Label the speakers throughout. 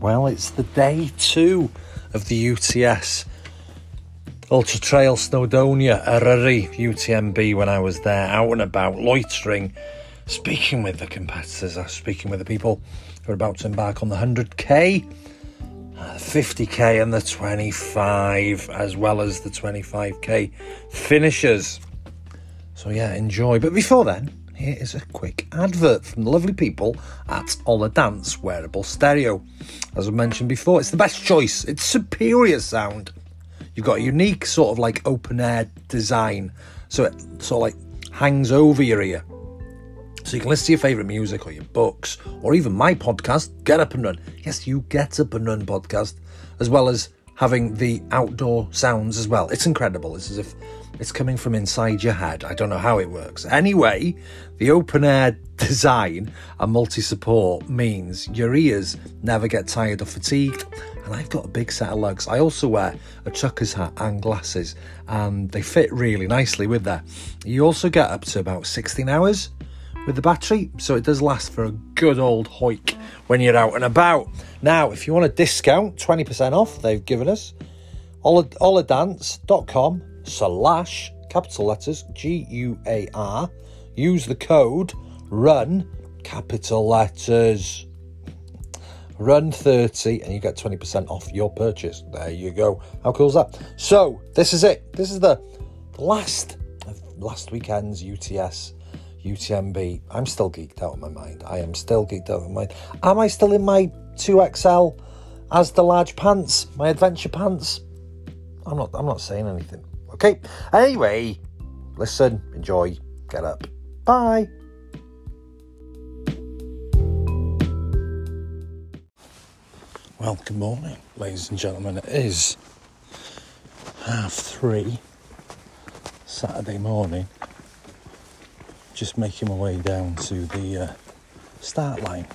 Speaker 1: Well, it's the day two of the UTS Ultra Trail Snowdonia Arari UTMB when I was there, out and about, loitering, speaking with the competitors, I was speaking with the people who are about to embark on the 100k, uh, 50k, and the 25, as well as the 25k finishers. So, yeah, enjoy. But before then, here is a quick advert from the lovely people at Ola Dance Wearable Stereo. As I mentioned before, it's the best choice, it's superior sound. You've got a unique sort of like open air design, so it sort of like hangs over your ear. So you can listen to your favourite music or your books or even my podcast, Get Up and Run. Yes, you Get Up and Run podcast, as well as having the outdoor sounds as well. It's incredible. It's as if it's coming from inside your head. I don't know how it works. Anyway, the open air design and multi support means your ears never get tired or fatigued. And I've got a big set of lugs. I also wear a chucker's hat and glasses, and they fit really nicely with that. You also get up to about 16 hours with the battery, so it does last for a good old hoik when you're out and about. Now, if you want a discount, 20% off they've given us, oladance.com slash capital letters G U A R. Use the code RUN capital letters run 30 and you get 20% off your purchase there you go how cool is that so this is it this is the last of last weekend's uts utmb i'm still geeked out of my mind i am still geeked out of my mind am i still in my 2xl as the large pants my adventure pants i'm not i'm not saying anything okay anyway listen enjoy get up bye Well, good morning, ladies and gentlemen. It is half three Saturday morning. Just making my way down to the uh, start line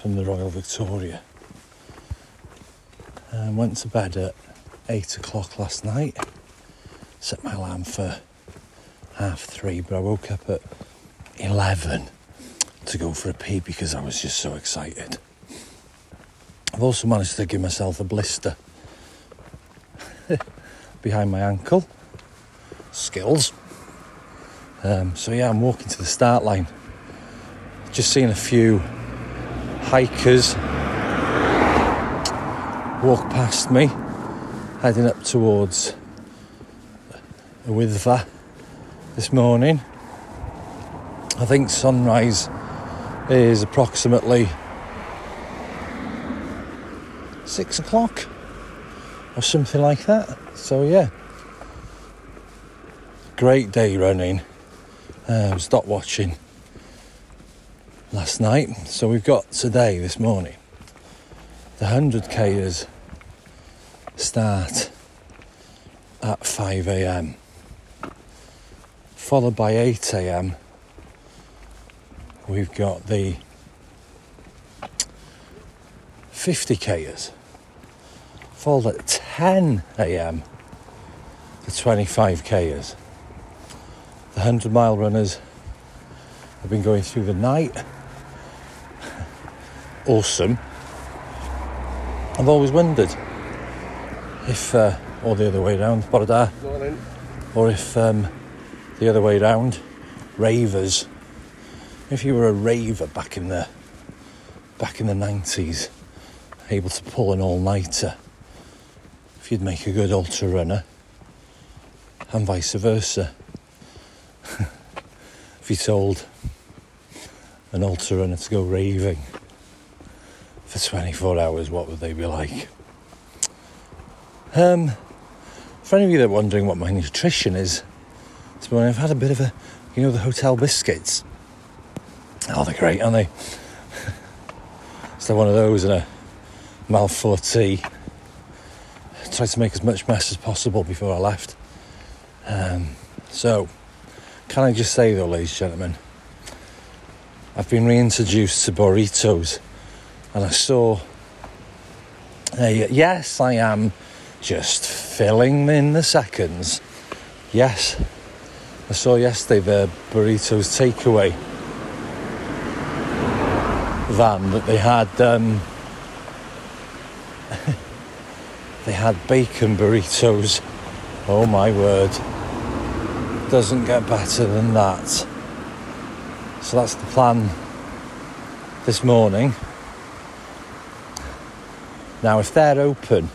Speaker 1: from the Royal Victoria. And went to bed at eight o'clock last night. Set my alarm for half three, but I woke up at eleven to go for a pee because I was just so excited. I've also managed to give myself a blister behind my ankle. Skills. Um, so yeah, I'm walking to the start line. Just seeing a few hikers walk past me, heading up towards Wyddfa this morning. I think sunrise is approximately six o'clock or something like that. So yeah, great day running. Uh, I was dot watching last night, so we've got today this morning. The hundred kers start at five a.m. Followed by eight a.m. We've got the 50 k's followed at 10 a.m. the 25 k's the 100 mile runners have been going through the night awesome i've always wondered if uh, or the other way round, Borda, or if um, the other way round, ravers if you were a raver back in the back in the 90s able to pull an all nighter, if you'd make a good ultra runner, and vice versa. if you told an ultra runner to go raving for 24 hours, what would they be like? Um, for any of you that are wondering what my nutrition is, this morning I've had a bit of a, you know, the hotel biscuits. Oh, they're great, aren't they? so one of those and a mouthful of tea. Tried to make as much mess as possible before I left. Um, so, can I just say though, ladies and gentlemen, I've been reintroduced to burritos, and I saw. a yes, I am just filling in the seconds. Yes, I saw yesterday the burritos takeaway van that they had. Um, they had bacon burritos. Oh my word. Doesn't get better than that. So that's the plan this morning. Now, if they're open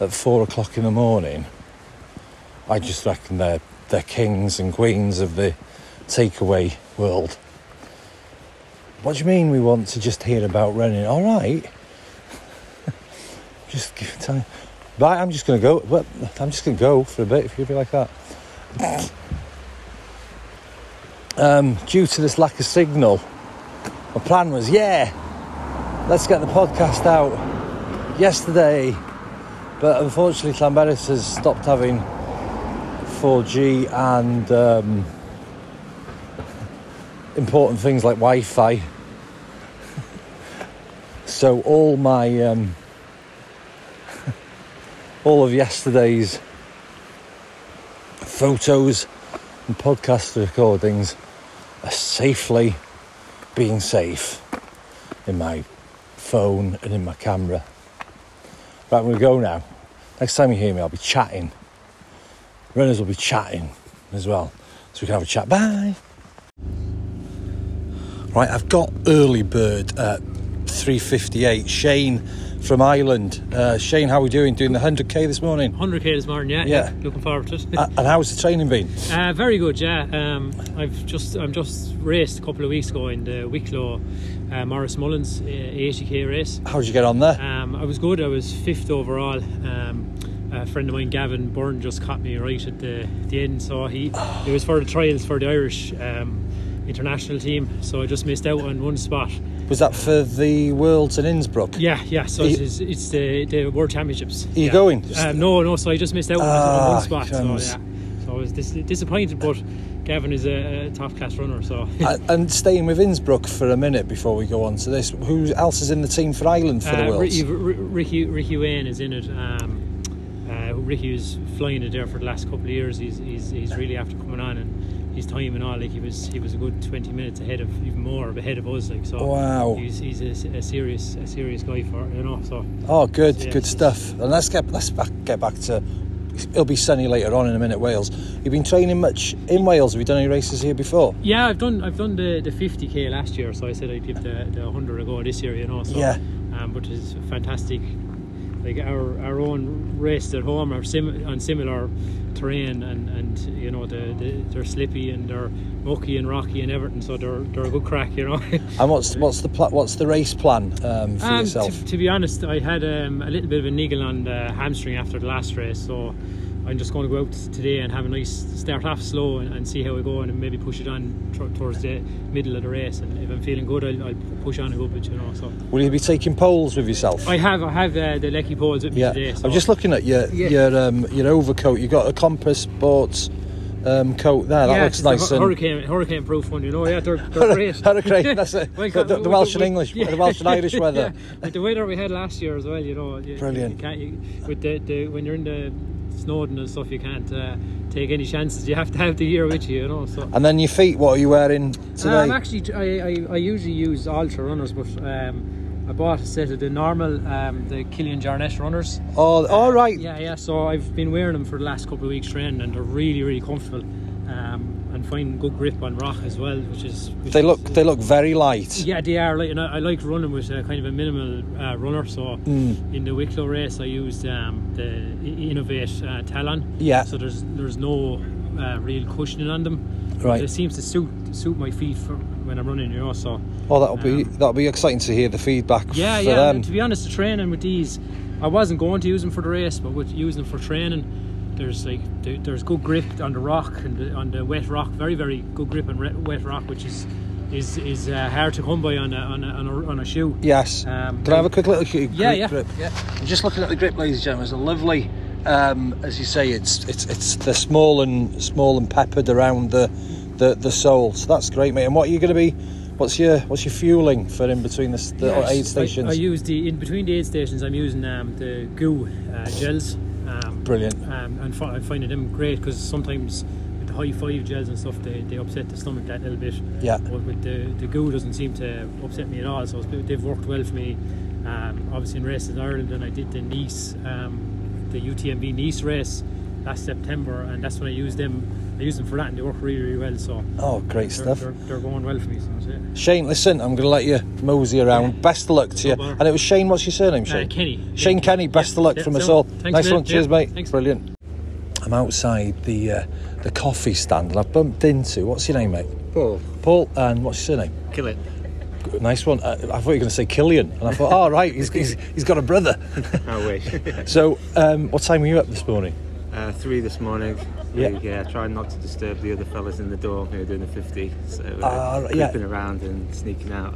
Speaker 1: at four o'clock in the morning, I just reckon they're, they're kings and queens of the takeaway world. What do you mean we want to just hear about running? All right. just give it time. Right, I'm just going to go. Well, I'm just going to go for a bit if you feel like that. Um, due to this lack of signal, my plan was yeah, let's get the podcast out yesterday. But unfortunately, Clamberis has stopped having 4G and um, important things like Wi Fi. so all my. Um, all of yesterday's photos and podcast recordings are safely being safe in my phone and in my camera. Right, we'll go now. Next time you hear me, I'll be chatting. Runners will be chatting as well, so we can have a chat. Bye. Right, I've got early bird at 3:58. Shane from Ireland. Uh, Shane, how are we doing? Doing the 100k this morning?
Speaker 2: 100k this morning, yeah.
Speaker 1: Yeah.
Speaker 2: Looking forward to it.
Speaker 1: Uh, and how's the training been?
Speaker 2: Uh, very good, yeah. Um, I've just I'm just raced a couple of weeks ago in the Wicklow uh, Morris Mullins uh, 80k race.
Speaker 1: How did you get on there?
Speaker 2: Um, I was good. I was fifth overall. Um, a friend of mine, Gavin Byrne, just caught me right at the, the end. So he it was for the trials for the Irish um, international team. So I just missed out on one spot.
Speaker 1: Was that for the Worlds in Innsbruck?
Speaker 2: Yeah, yeah. So
Speaker 1: Are you-
Speaker 2: it's, it's the, the World Championships.
Speaker 1: you
Speaker 2: yeah.
Speaker 1: going?
Speaker 2: Uh, no, no. So I just missed out on
Speaker 1: Ah,
Speaker 2: one spot. So
Speaker 1: crumbs.
Speaker 2: yeah. So I was dis- disappointed, but Gavin is a, a top class runner. So
Speaker 1: A- uh, and staying with Innsbruck for a minute before we go on to this, who else is in the team for Ireland for the
Speaker 2: uh,
Speaker 1: Worlds?
Speaker 2: Ricky, R- Ricky Ricky Wayne is in it. Um, uh, Ricky was flying it there for the last couple of years. He's he's, he's really after coming on and his time and all. Like he was he was a good twenty minutes ahead of even more ahead of us. Like so.
Speaker 1: Wow.
Speaker 2: He's, he's a, a serious a serious guy for it, you know. So
Speaker 1: oh, good,
Speaker 2: Yeah,
Speaker 1: good
Speaker 2: he's-
Speaker 1: stuff. And let's get let's back, get back to. It'll be sunny later on in a minute. Wales. You've been training much in Wales. Have you done any races here before?
Speaker 2: Yeah, I've done I've done the, the 50k last year, so I said I'd give the, the 100 a go this year, you know. So,
Speaker 1: Yeah.
Speaker 2: Um, but it's fantastic. Like our our own race at home are sim- on similar terrain, and, and you know the, the they're slippy and they're mucky and rocky and everything, so they're they're a good crack, you know.
Speaker 1: And what's what's the pla- what's the race plan um, for
Speaker 2: Um,
Speaker 1: yourself?
Speaker 2: To, to be honest, I had um, a little bit of a niggle on the hamstring after the last race, so I'm just going to go out today and have a nice start off slow and, and see how we go, and maybe push it on tr- towards the middle of the race. And if I'm feeling good, I'll, I'll pu- push on a little bit, you know. So
Speaker 1: Will you be taking polls with yourself?
Speaker 2: I have I have uh, the Lecky poles with me
Speaker 1: Yeah,
Speaker 2: today. So
Speaker 1: I'm just looking at your
Speaker 2: Yeah.
Speaker 1: your um, your overcoat. You got a Compass Sports um, coat there. That
Speaker 2: yeah,
Speaker 1: looks
Speaker 2: it's the
Speaker 1: nice.
Speaker 2: hu-
Speaker 1: and-
Speaker 2: hurricane hurricane proof one, you know. Yeah, they're, they're great.
Speaker 1: Hurricane, that's it.
Speaker 2: Well,
Speaker 1: the, the,
Speaker 2: we-
Speaker 1: the
Speaker 2: we-
Speaker 1: Welsh and
Speaker 2: we-
Speaker 1: English,
Speaker 2: yeah.
Speaker 1: the Welsh and Irish weather.
Speaker 2: Yeah. With the weather we had last year as well, you know. You,
Speaker 1: Brilliant.
Speaker 2: You can't, you, with the, the when you're in the Snowden and stuff, you can't uh, take any chances. You have to have the year with you, you know. So.
Speaker 1: And then your feet, what are you wearing today?
Speaker 2: Um, actually, t- I, I, I usually use Ultra runners, but um, I bought a set of the normal, um, the Killian Jarnett runners. Uh,
Speaker 1: oh, all right.
Speaker 2: Yeah, yeah. So I've been wearing them for the last couple of weeks training, and they're really, really comfortable, um, and find good grip on rock as well, which is. Which
Speaker 1: They
Speaker 2: is-
Speaker 1: look they look very light.
Speaker 2: yeah, they are. Like, and I, I like running with a kind of a minimal uh, runner. So
Speaker 1: Mm.
Speaker 2: in the Wicklow race, I used um, the I- Innovate uh, Talon.
Speaker 1: Yeah.
Speaker 2: So there's there's no uh, real cushioning on them.
Speaker 1: Right.
Speaker 2: It seems to suit suit my feet for when I'm running. You know, so
Speaker 1: Oh, that'll be
Speaker 2: Um,
Speaker 1: that'll be exciting to hear the feedback
Speaker 2: yeah,
Speaker 1: for
Speaker 2: yeah.
Speaker 1: them.
Speaker 2: and To be honest, the training with these, I wasn't going to use them for the race, but with using them for training, there's like there- there's good grip on the rock and the, on the wet rock, very very good grip on re- wet rock, which is is is uh, hard to come by on a on a, on a, on a shoe.
Speaker 1: Yes.
Speaker 2: Um,
Speaker 1: Can I have a quick little grip,
Speaker 2: Yeah, yeah,
Speaker 1: grip?
Speaker 2: yeah.
Speaker 1: I'm just looking at the grip, ladies and gentlemen. It's a lovely, um, as you say, it's it's it's they're small and small and peppered around the the, the sole. So that's great, mate. And what are you going to be? What's your what's your fueling for in between the, s- the
Speaker 2: Yes,
Speaker 1: aid
Speaker 2: I, I
Speaker 1: stations?
Speaker 2: use the in between the aid stations. I'm using um, the goo uh, gels. Um,
Speaker 1: Brilliant.
Speaker 2: Um, and fi- I'm finding them great because sometimes with the high five gels and stuff, they, they upset the stomach that little bit.
Speaker 1: Yeah.
Speaker 2: But with the the goo doesn't seem to upset me at all. So it's, they've worked well for me. Um, obviously, in races in Ireland, and I did the Nice, um, the UTMB Nice race last September, and that's when I used them. I used them for that, and they work really, really well. So
Speaker 1: Oh, great
Speaker 2: they're,
Speaker 1: stuff.
Speaker 2: They're, they're going well for me. So that's it.
Speaker 1: Shane, listen, I'm going to let you mosey around.
Speaker 2: Yeah.
Speaker 1: Best of luck to you.
Speaker 2: bother.
Speaker 1: And it was Shane, what's your surname,
Speaker 2: Uh,
Speaker 1: Shane?
Speaker 2: Kenny.
Speaker 1: Shane Kenny, best
Speaker 2: Yeah,
Speaker 1: of luck
Speaker 2: yeah,
Speaker 1: from us
Speaker 2: so,
Speaker 1: all.
Speaker 2: thanks,
Speaker 1: Nice
Speaker 2: mate.
Speaker 1: one, cheers,
Speaker 2: Yeah,
Speaker 1: mate.
Speaker 2: thanks.
Speaker 1: Brilliant. I'm outside the uh, the coffee stand and I've bumped into, what's your name, mate?
Speaker 3: Paul,
Speaker 1: Paul, and what's your surname?
Speaker 3: kill it.
Speaker 1: Nice one. Uh, I, I thought you were going to say Killian. And I thought, oh, right, he's, he's, he's got a brother.
Speaker 3: I wish.
Speaker 1: So, um, what time were you up this morning?
Speaker 3: uh, three this morning.
Speaker 1: Yeah.
Speaker 3: Yeah. yeah, trying not to disturb the other fellas in the door who are doing the 50. So, uh,
Speaker 1: Ah, right, yeah.
Speaker 3: creeping around and sneaking out.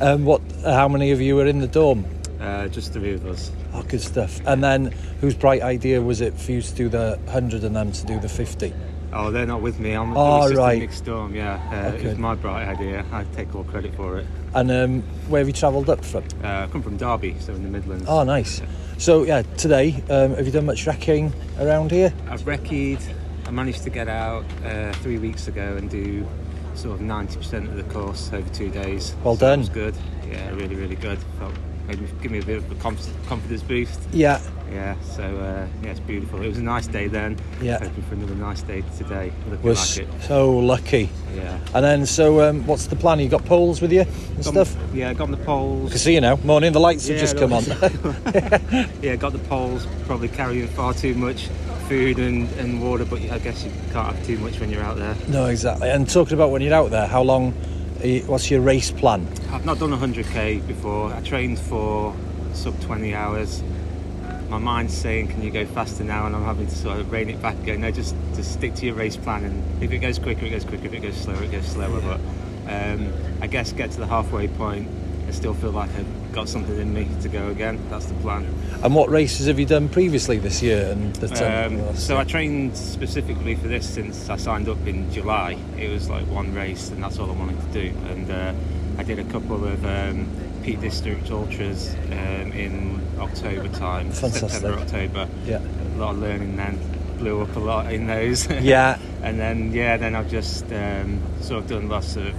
Speaker 1: Um, what? How many of you were in the dorm?
Speaker 3: Uh, just three of us.
Speaker 1: Oh, good stuff. And then, whose bright idea was it for you to do the 100 and them to do the 50?
Speaker 3: Oh, they're not with me. I'm it
Speaker 1: Ah,
Speaker 3: was just
Speaker 1: right.
Speaker 3: a mixed storm, yeah. Uh, It
Speaker 1: Okay.
Speaker 3: was my bright idea. I take all credit for it.
Speaker 1: And um, where have you travelled up from?
Speaker 3: Uh, I come from Derby, so in the Midlands.
Speaker 1: Oh, nice. So, yeah, today, um, have you done much trekking around here?
Speaker 3: I've recce'd. I managed to get out uh, three weeks ago and do sort of 90% of the course over two days.
Speaker 1: Well
Speaker 3: So that
Speaker 1: done.
Speaker 3: was good. Yeah, really, really good. Felt, made me, give me a bit of a conf- confidence boost.
Speaker 1: Yeah.
Speaker 3: Yeah, so uh, yeah, it's beautiful. It was a nice day then.
Speaker 1: Yeah.
Speaker 3: Hoping for another nice day today. Looking
Speaker 1: We're
Speaker 3: like it.
Speaker 1: so lucky.
Speaker 3: Yeah.
Speaker 1: And then, so um, what's the plan? You got poles with you and
Speaker 3: Got-
Speaker 1: stuff?
Speaker 3: Yeah, got on the
Speaker 1: I can
Speaker 3: poles.
Speaker 1: see you now. Morning, the lights have
Speaker 3: Yeah,
Speaker 1: just come on.
Speaker 3: Yeah, got the poles. Probably carrying far too much food and, and water, but I guess you can't have too much when you're out there.
Speaker 1: no, exactly. And talking about when you're out there, how long, are you- what's your race plan?
Speaker 3: I've not done 100k before. I trained for sub 20 hours. My mind's saying, "Can you go faster now?" And I'm having to sort of rein it back. Go, no, just just stick to your race plan. And if it goes quicker, it goes quicker. If it goes slower, it goes slower. But um, I guess get to the halfway point and still feel like I've got something in me to go again. That's the plan.
Speaker 1: And what races have you done previously this year? And the ten-
Speaker 3: Um, so I trained specifically for this since I signed up in July. It was like one race, and that's all I wanted to do. And uh, I did a couple of um, Peak District Ultras um, in October time,
Speaker 1: Fantastic.
Speaker 3: September, October.
Speaker 1: Yeah.
Speaker 3: a lot of learning then. Blew up a lot in those.
Speaker 1: Yeah.
Speaker 3: and then yeah, then I've just um, sort of done lots of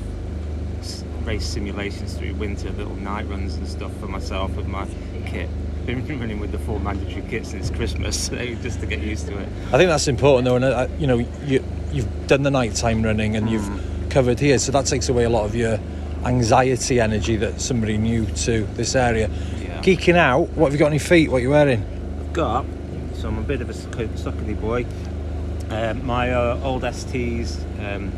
Speaker 3: s- race simulations through winter, little night runs and stuff for myself with my kit. Been running with the full mandatory kit since Christmas, so just to get used to it.
Speaker 1: I think that's important though, and uh, you know, you you've done the nighttime running and
Speaker 3: Hmm.
Speaker 1: you've covered here, so that takes away a lot of your anxiety energy that somebody new to this area.
Speaker 3: Yeah.
Speaker 1: Geeking out, what have you got on your feet? What are you wearing?
Speaker 3: Got so I'm a bit of a suck- suckily boy. Um, my uh, old STs um,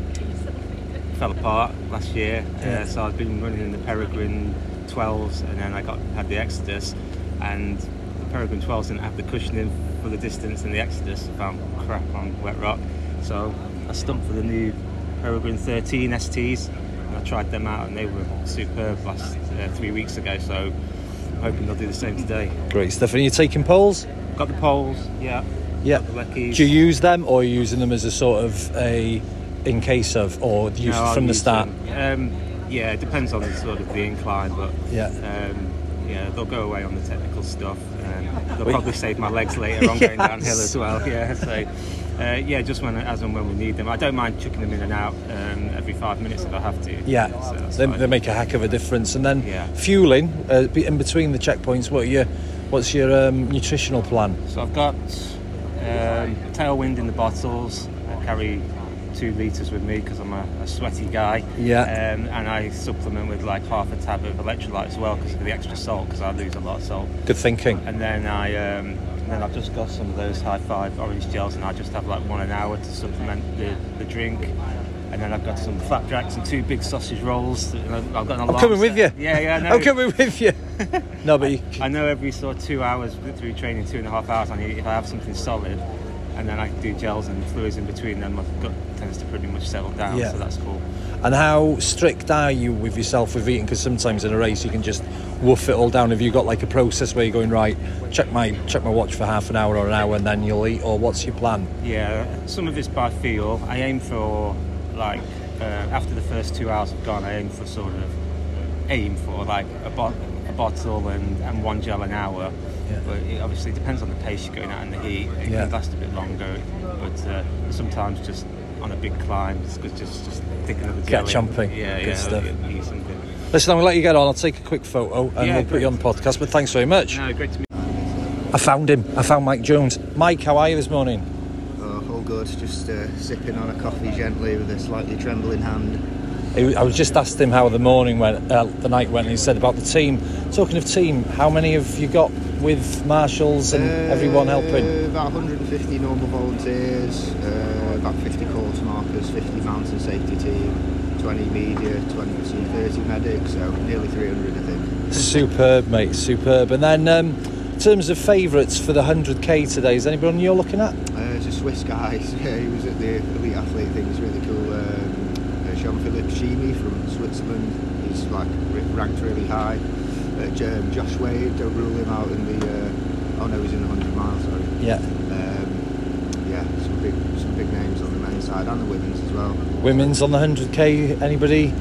Speaker 3: fell apart last year,
Speaker 1: Yeah.
Speaker 3: uh, so I've been running in the Peregrine 12s, and then I got had the Exodus, and the Peregrine 12s didn't have the cushioning for the distance, and the Exodus found crap on wet rock, so I stumped for the new Peregrine 13 STs, and I tried them out, and they were superb last uh, three weeks ago, so I'm hoping they'll do the same today.
Speaker 1: Great stuff. And you're taking poles?
Speaker 3: Got the poles, yeah.
Speaker 1: Yeah.
Speaker 3: The Leckies.
Speaker 1: Do you use them, or are you using them as a sort of a in case of, or do you use
Speaker 3: No,
Speaker 1: from
Speaker 3: I'll
Speaker 1: the
Speaker 3: use
Speaker 1: start?
Speaker 3: them. Um, yeah, it depends on the sort of the incline, but
Speaker 1: Yeah.
Speaker 3: um, yeah, they'll go away on the technical stuff. Um, they'll
Speaker 1: We-
Speaker 3: probably save my legs later on going
Speaker 1: Yes.
Speaker 3: downhill as well. Yeah, so uh, yeah, just when as and when we need them. I don't mind chucking them in and out um, every five minutes if I have to.
Speaker 1: Yeah,
Speaker 3: so that's
Speaker 1: they,
Speaker 3: fine.
Speaker 1: they make a heck of a difference. And then
Speaker 3: Yeah.
Speaker 1: fueling uh, be- in between the checkpoints. What are your, what's your um, nutritional plan?
Speaker 3: So I've got um, tailwind in the bottles. I carry two litres with me because I'm a, a sweaty guy.
Speaker 1: Yeah.
Speaker 3: Um, and I supplement with like half a tab of electrolyte as well because of the extra salt because I lose a lot of salt.
Speaker 1: Good thinking.
Speaker 3: And then I um, and then I've just got some of those high five orange gels and I just have like one an hour to supplement the, the drink. And then I've got some flapjacks and two big sausage rolls. And I've I've got an
Speaker 1: I'm
Speaker 3: alarm
Speaker 1: coming with you.
Speaker 3: set. Yeah, yeah. I know.
Speaker 1: I'm coming with you. no, but you,
Speaker 3: I know every sort of two hours through training, two and a half hours, I need if I have something solid, and then I do gels and fluids in between, then my gut tends to pretty much settle down.
Speaker 1: Yeah.
Speaker 3: So that's cool.
Speaker 1: and how strict are you with yourself with eating? Because sometimes in a race you can just woof it all down. Have you got like a process where you're going right? Check my check my watch for half an hour or an hour, and then you'll eat. Or what's your plan?
Speaker 3: Yeah, some of it's by feel. I aim for like uh, after the first two hours have gone, I aim for sort of uh, aim for like a, bo- a bottle and, and one gel an hour.
Speaker 1: Yeah.
Speaker 3: But it obviously depends on the pace you're going at and the heat. It
Speaker 1: Yeah.
Speaker 3: can last a bit longer, but uh, sometimes just on a big climb, it's good just just thicken up the
Speaker 1: Get
Speaker 3: jelly.
Speaker 1: chomping.
Speaker 3: Yeah,
Speaker 1: Good
Speaker 3: yeah,
Speaker 1: stuff.
Speaker 3: eat something.
Speaker 1: Listen, I'm going to let you get on. I'll take a quick photo and
Speaker 3: Yeah,
Speaker 1: we'll put you on the podcast. But thanks very much.
Speaker 3: No, great to meet
Speaker 1: I found him. I found Mike Jones. Mike, how are you this morning?
Speaker 4: Oh, all good. Just uh, sipping on a coffee gently with a slightly trembling hand.
Speaker 1: I I was just asked him how the morning went, uh, the night went, and he said about the team. Talking of team, how many have you got with marshals and everyone helping?
Speaker 4: Uh, About 150 normal volunteers, uh, about 50 course markers, 50 mountain safety team, 20 media, 20 to 30 medics, so nearly 300 I think.
Speaker 1: Superb, mate, superb. And then, um, in terms of favourites for the 100k today, is anyone you're looking at?
Speaker 4: Uh, it's a Swiss guy, so he was at the elite athlete thing, it's really cool. Um, uh, Jean-Philippe Chimi from Switzerland, he's like r- ranked really high. Uh, J- um, Josh Wade, don't rule him out in the, uh, oh no, he's in the 100 miles, sorry.
Speaker 1: Yeah.
Speaker 4: Um, yeah, some big some big names on the men's side and the women's as well.
Speaker 1: Women's on the 100k, anybody?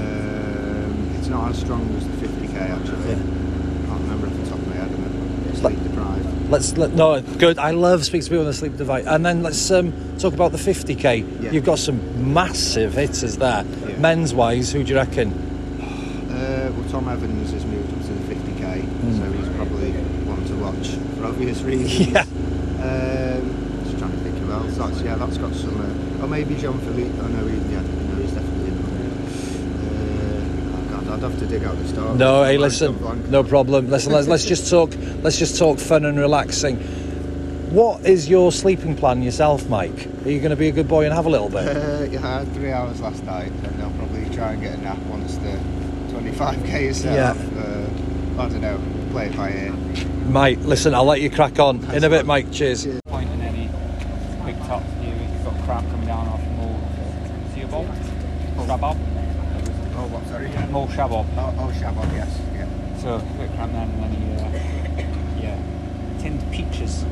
Speaker 4: Um, it's not as strong as the 50k actually. I can't remember off the top of my head. I'm
Speaker 1: It's
Speaker 4: it's
Speaker 1: like-
Speaker 4: sleep deprived.
Speaker 1: Let's let, no good. I love speaking to people on a sleep device. And then let's um, talk about the 50k.
Speaker 4: Yeah.
Speaker 1: You've got some massive hitters there,
Speaker 4: Yeah.
Speaker 1: men's wise. Who do you reckon?
Speaker 4: Uh, well, Tom Evans has moved up to the 50k,
Speaker 1: Hmm.
Speaker 4: so he's probably one to watch for obvious reasons.
Speaker 1: Yeah.
Speaker 4: Um, just trying to think who else. That's yeah, that's got some. Uh, or maybe John Philippe. Oh no, he, yeah, no, he's definitely in. the- Uh, oh God, I'd have to dig out the start.
Speaker 1: No, hey,
Speaker 4: Blank's
Speaker 1: listen,
Speaker 4: gone Oh, blank.
Speaker 1: no problem. Listen, let's, let's just talk. Let's just talk fun and relaxing. What is your sleeping plan yourself, Mike? Are you going to be a good boy and have a little bit?
Speaker 4: Uh, yeah, I had three hours last night, and I'll probably try and get a nap once the 25k is set
Speaker 1: Yeah.
Speaker 4: off. Uh, I don't know, play it by ear.
Speaker 1: Mate, listen, I'll let you crack on in a bit, Mike. Cheers.
Speaker 4: Cheers.
Speaker 5: point in any big top view if you've got crab coming down off more Seabob, Shabob,
Speaker 4: Oh, what, sorry?
Speaker 5: more Shabob.
Speaker 4: Oh, oh Shabon, yes. Yeah.
Speaker 5: So a bit crab then and any uh, yeah tinned peaches.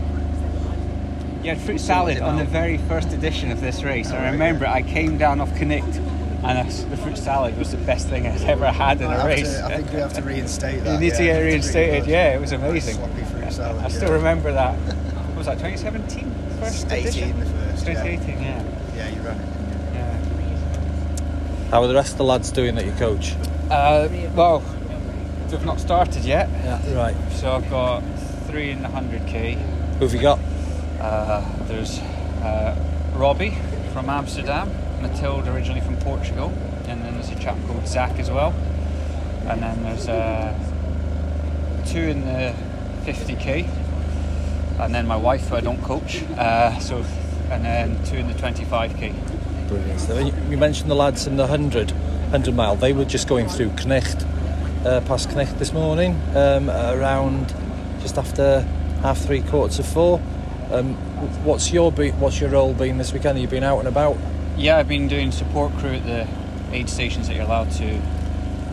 Speaker 5: You had fruit salad on the very first edition of this race.
Speaker 4: Oh,
Speaker 5: I remember I came down off Connect and I s the fruit salad was the best thing I'd ever had in
Speaker 4: I,
Speaker 5: a
Speaker 4: have
Speaker 5: race.
Speaker 4: To, I think we have to reinstate that.
Speaker 5: You need to
Speaker 4: yeah.
Speaker 5: get
Speaker 4: It's pretty
Speaker 5: reinstated.
Speaker 4: good.
Speaker 5: Yeah, it was
Speaker 4: Very
Speaker 5: amazing.
Speaker 4: Sloppy fruit salad.
Speaker 5: I
Speaker 4: yeah.
Speaker 5: still remember that. What was that 2017 first
Speaker 4: 18
Speaker 5: edition?
Speaker 4: the first, yeah.
Speaker 5: 2018, yeah.
Speaker 4: Yeah, you ran it. didn't you?
Speaker 5: yeah.
Speaker 1: How are the rest of the lads doing that you coach?
Speaker 5: Uh, well, they've not started yet,
Speaker 1: Yeah, right.
Speaker 5: so I've got three in the 100k.
Speaker 1: Who've you got?
Speaker 5: Uh, there's uh, Robbie from Amsterdam, Matilda originally from Portugal, and then there's a chap called Zach as well. And then there's uh, two in the 50k, and then my wife, who I don't coach, uh, so and then two in the 25k.
Speaker 1: Brilliant. So you you mentioned the lads in the 100, 100 mile. They were just going through Knecht, uh, past Knecht this morning, um, around just after half three, quarter to four. Um, wh- what's your be- what's your role been this weekend? Have you been out and about?
Speaker 5: Yeah, I've been doing support crew at the aid stations that you're allowed to,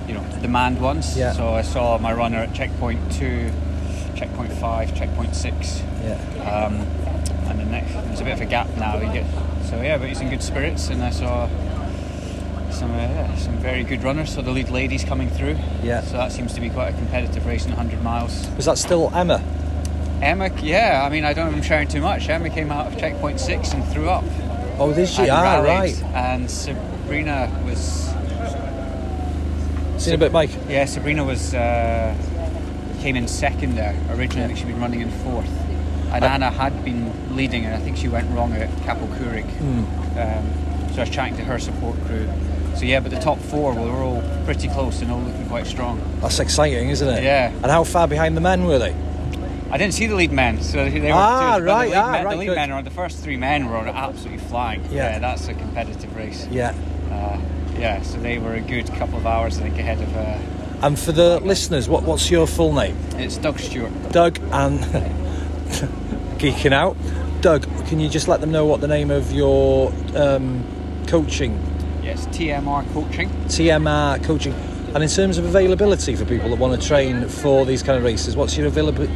Speaker 5: you know, demand ones.
Speaker 1: Yeah.
Speaker 5: So I saw my runner at checkpoint two, checkpoint five, checkpoint six,
Speaker 1: Yeah.
Speaker 5: um, and the next there's a bit of a gap now. You get, so yeah, but he's in good spirits, and I saw some uh, yeah, some very good runners. So the lead ladies coming through.
Speaker 1: Yeah.
Speaker 5: So that seems to be quite a competitive race in 100 miles.
Speaker 1: Was that still Emma?
Speaker 5: Emma, yeah, I mean I don't know if I'm sharing too much. Emma came out of checkpoint six and threw up
Speaker 1: Oh, did she?
Speaker 5: and
Speaker 1: ah,
Speaker 5: rallied,
Speaker 1: right.
Speaker 5: And Sabrina was
Speaker 1: Seen a bit, Mike.
Speaker 5: yeah. Sabrina was uh, came in second there originally. I think she'd been running in fourth,
Speaker 1: Uh,
Speaker 5: and Anna had been leading, and I think she went wrong at Capel Kurig.
Speaker 1: Hmm.
Speaker 5: Um, so I was chatting to her support crew. So yeah, but the top four well, were all pretty close and all looking quite strong.
Speaker 1: That's exciting, isn't it?
Speaker 5: Yeah.
Speaker 1: And how far behind the men were they?
Speaker 5: I didn't see the lead men, so they were
Speaker 1: Ah,
Speaker 5: two, but
Speaker 1: right,
Speaker 5: The lead,
Speaker 1: ah,
Speaker 5: men,
Speaker 1: right,
Speaker 5: the lead
Speaker 1: good.
Speaker 5: men are the first three men were absolutely flying.
Speaker 1: Yeah.
Speaker 5: that's a competitive race.
Speaker 1: Yeah.
Speaker 5: Uh, yeah, so they were a good couple of hours, I think, ahead of. Uh,
Speaker 1: And for the listeners, what, what's your full name?
Speaker 5: It's Doug Stewart.
Speaker 1: Doug and geeking out. Doug, can you just let them know what the name of your um, coaching
Speaker 5: Yes, TMR coaching.
Speaker 1: TMR coaching? And in terms of availability for people that want to train for these kind of races, what's your availability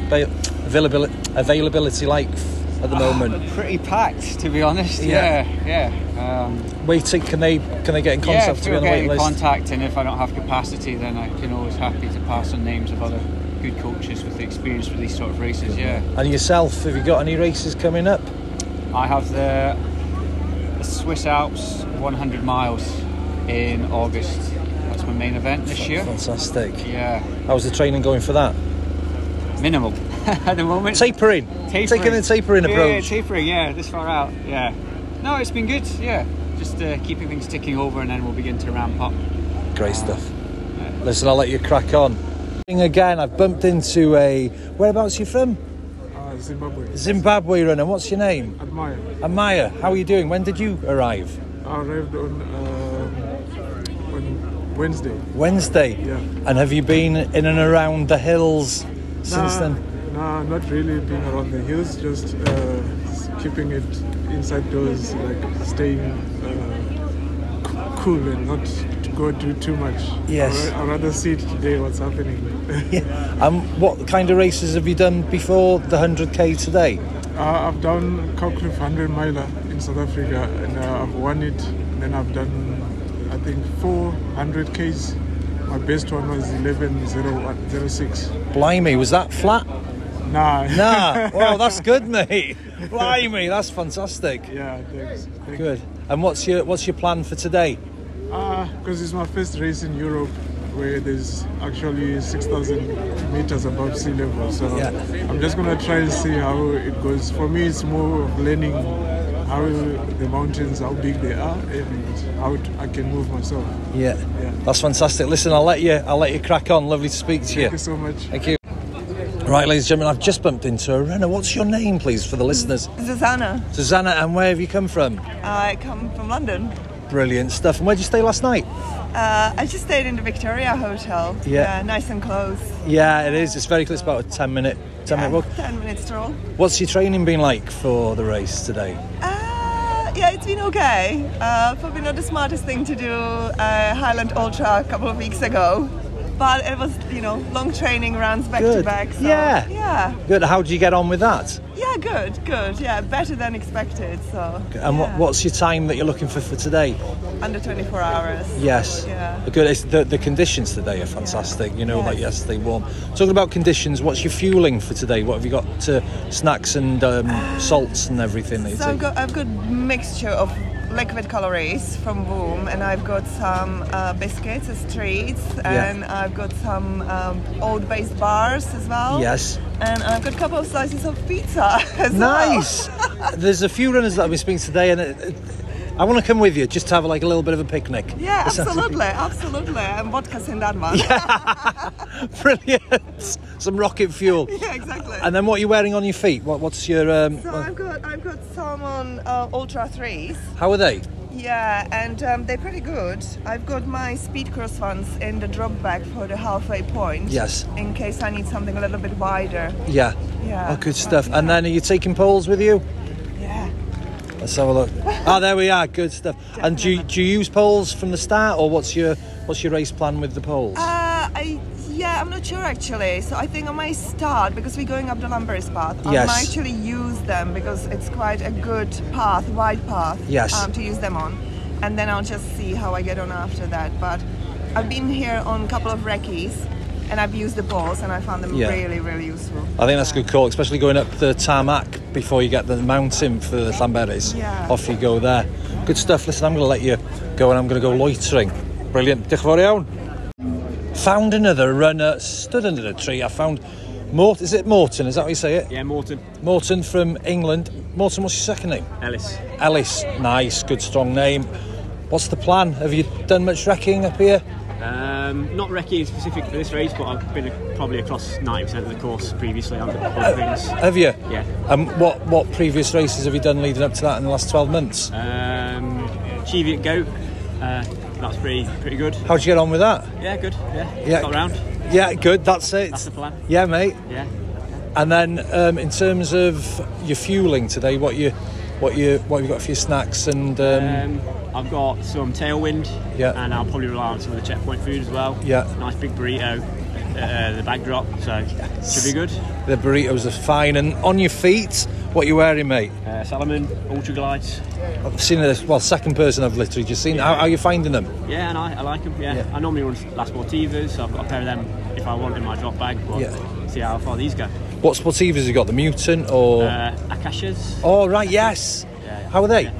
Speaker 1: availability, availability like f- at the moment?
Speaker 5: Ah, Pretty packed, to be honest.
Speaker 1: Yeah.
Speaker 5: Yeah, yeah. Um,
Speaker 1: Waiting? Can they can they get in
Speaker 5: yeah,
Speaker 1: contact
Speaker 5: if
Speaker 1: to be
Speaker 5: people
Speaker 1: on the
Speaker 5: get
Speaker 1: wait
Speaker 5: in
Speaker 1: list?
Speaker 5: contact, and if I don't have capacity, then I can always happy to pass on names of other good coaches with the experience for these sort of races. Yeah,
Speaker 1: And yourself, have you got any races coming up?
Speaker 5: I have the, the Swiss Alps 100 miles in August. That's my main event this year.
Speaker 1: Fantastic.
Speaker 5: Yeah,
Speaker 1: How's the training going for that?
Speaker 5: minimal at the moment.
Speaker 1: Tapering. Taking the tapering
Speaker 5: yeah,
Speaker 1: approach.
Speaker 5: Yeah, tapering, yeah, this far out, yeah. No, it's been good, yeah. Just uh, keeping things ticking over and then we'll begin to ramp up.
Speaker 1: Great stuff. Listen, I'll let you crack on. Again, I've bumped into a. Whereabouts are you from?
Speaker 6: Uh, Zimbabwe.
Speaker 1: Zimbabwe runner. What's your name?
Speaker 6: Admire.
Speaker 1: Amaya. How are you doing? When did you arrive?
Speaker 6: I arrived on, um, on Wednesday.
Speaker 1: Wednesday.
Speaker 6: Yeah.
Speaker 1: And have you been in and around the hills since
Speaker 6: Nah,
Speaker 1: then?
Speaker 6: Nah, not really being around the hills, just uh, s- keeping it inside doors, like staying uh, c- cool and not to go do too much.
Speaker 1: Yes.
Speaker 6: I'd rather see it today what's happening.
Speaker 1: Yeah. Um, what kind of races have you done before the 100k today?
Speaker 6: Uh, I've done Cowcliff 100 miler in South Africa and uh, I've won it. And then I've done, I think, 400 Ks. My best one was 1106.
Speaker 1: Blimey, was that flat?
Speaker 6: Nah.
Speaker 1: Nah. well, that's good, mate. Blimey, that's fantastic.
Speaker 6: yeah, thanks. thanks.
Speaker 1: Good. And what's your what's your plan for today?
Speaker 6: Because Ah, it's my first race in Europe where there's actually 6,000 meters above sea level. So
Speaker 1: Yeah.
Speaker 6: I'm just going to try and see how it goes. For me, it's more of learning how the mountains, how big they are, and how t- I can move myself.
Speaker 1: Yeah.
Speaker 6: Yeah.
Speaker 1: That's fantastic. Listen, I'll let you I'll let you crack on. Lovely to speak to you.
Speaker 6: Thank you so much.
Speaker 1: Thank you. Right, ladies and gentlemen, I've just bumped into a runner. What's your name, please, for the listeners?
Speaker 7: Susanna.
Speaker 1: Susanna, and where have you come from?
Speaker 7: I come from London.
Speaker 1: Brilliant stuff. And where did you stay last night?
Speaker 7: Uh, I just stayed in the Victoria Hotel. Uh,
Speaker 1: Yeah.
Speaker 7: nice and close.
Speaker 1: Yeah, it is. It's very close. About a ten-minute, ten-minute walk.
Speaker 7: Ten minute stroll.
Speaker 1: What's your training been like for the race today?
Speaker 7: Uh, yeah, it's been okay. Uh, probably not the smartest thing to do. Uh, Highland Ultra a couple of weeks ago, but it was you know long training runs back to
Speaker 1: Good.
Speaker 7: back. So,
Speaker 1: Yeah.
Speaker 7: Yeah.
Speaker 1: Good. How do you get on with that?
Speaker 7: Yeah. Good. Good. Yeah. Better than expected. So.
Speaker 1: And what,
Speaker 7: yeah.
Speaker 1: what's your time that you're looking for for today?
Speaker 7: under 24 hours?
Speaker 1: Yes.
Speaker 7: Yeah.
Speaker 1: Good. It's the, the conditions today are fantastic. You know, like yesterday warm. Talking about conditions, what's your fueling for today? What have you got to snacks and um, salts and everything? that you
Speaker 7: So I've
Speaker 1: take?
Speaker 7: got, I've got mixture of liquid calories from Boom, and I've got some uh, biscuits as treats,
Speaker 1: Yeah.
Speaker 7: and I've got some um, oat-based bars as well.
Speaker 1: Yes.
Speaker 7: And I've got a couple of slices of pizza as well.
Speaker 1: Nice. There's a few runners that I've been speaking to today, and it, it- I want to come with you just to have like a little bit of a picnic.
Speaker 7: Yeah,
Speaker 1: It sounds-
Speaker 7: absolutely, absolutely. And vodka's in that one.
Speaker 1: Brilliant. Some rocket fuel.
Speaker 7: yeah exactly.
Speaker 1: And then what are you wearing on your feet? What, what's your? Um,
Speaker 7: so
Speaker 1: what-
Speaker 7: I've got I've got salmon uh, ultra threes.
Speaker 1: how are they?
Speaker 7: Yeah, and um, they're pretty good. I've got my speed cross ones in the drop bag for the halfway point.
Speaker 1: Yes.
Speaker 7: In case I need something a little bit wider.
Speaker 1: Yeah.
Speaker 7: Yeah.
Speaker 1: Oh, good stuff. And then are you taking poles with you?
Speaker 7: Yeah.
Speaker 1: Let's have a look. Ah, there we are. Good stuff. And do you, do you use poles from the start, or what's your what's your race plan with the poles?
Speaker 7: Uh, I yeah, I'm not sure actually. So I think I might start because we're going up the Lumberis path. I
Speaker 1: Yes.
Speaker 7: might actually use them because it's quite a good path, wide path.
Speaker 1: Yes.
Speaker 7: Um, to use them on, and then I'll just see how I get on after that. But I've been here on a couple of recce's, and I've used the balls, and I found them
Speaker 1: Yeah.
Speaker 7: really, really useful.
Speaker 1: I think that's a good call, especially going up the tarmac before you get the mountain for the Llanberis.
Speaker 7: Yeah.
Speaker 1: Off you go there. Good stuff. Listen, I'm going to let you go and I'm going to go loitering. Brilliant. Diolch yn fawr iawn. Found another runner, stood under a tree. I found Mort. Is it Morton? Is that how you say it?
Speaker 3: Yeah, Morton.
Speaker 1: Morton from England. Morton, what's your second name?
Speaker 3: Ellis.
Speaker 1: Ellis. Nice, good, strong name. What's the plan? Have you done much wrecking up here?
Speaker 8: Um, not recce specific for this race, but I've been probably across 90% of the course previously on other things.
Speaker 1: Have you?
Speaker 8: Yeah.
Speaker 1: Um, what, what previous races have you done leading up to that in the last 12 months?
Speaker 8: Um, Achieve It Go, uh, that's pretty pretty good.
Speaker 1: How'd you get on with that?
Speaker 8: Yeah, good. Yeah,
Speaker 1: Yeah.
Speaker 8: got round.
Speaker 1: Yeah, good. That's it.
Speaker 8: That's the plan.
Speaker 1: Yeah, mate.
Speaker 8: Yeah.
Speaker 1: And then um, in terms of your fueling today, what you what you what you got for your snacks and um,
Speaker 8: Um, I've got some tailwind,
Speaker 1: Yeah.
Speaker 8: and I'll probably rely on some of the checkpoint food as well.
Speaker 1: Yeah.
Speaker 8: Nice big burrito, uh, the bag drop, so should be good.
Speaker 1: the burritos are fine. And on your feet, what you wearing, mate?
Speaker 8: Uh, Salomon, Ultra Glides.
Speaker 1: I've seen this. Well, second person I've literally just seen. How, how are you finding them?
Speaker 8: Yeah, and I, I like them. Yeah.
Speaker 1: Yeah.
Speaker 8: I normally run Last Sportivas, so I've got a pair of them if I want in my drop bag, but
Speaker 1: Yeah.
Speaker 8: see how far these go.
Speaker 1: What sportivas you got? The mutant or?
Speaker 8: Uh, Akashas.
Speaker 1: oh right, yes.
Speaker 8: Yeah, yeah.
Speaker 1: How are they?
Speaker 8: Yeah.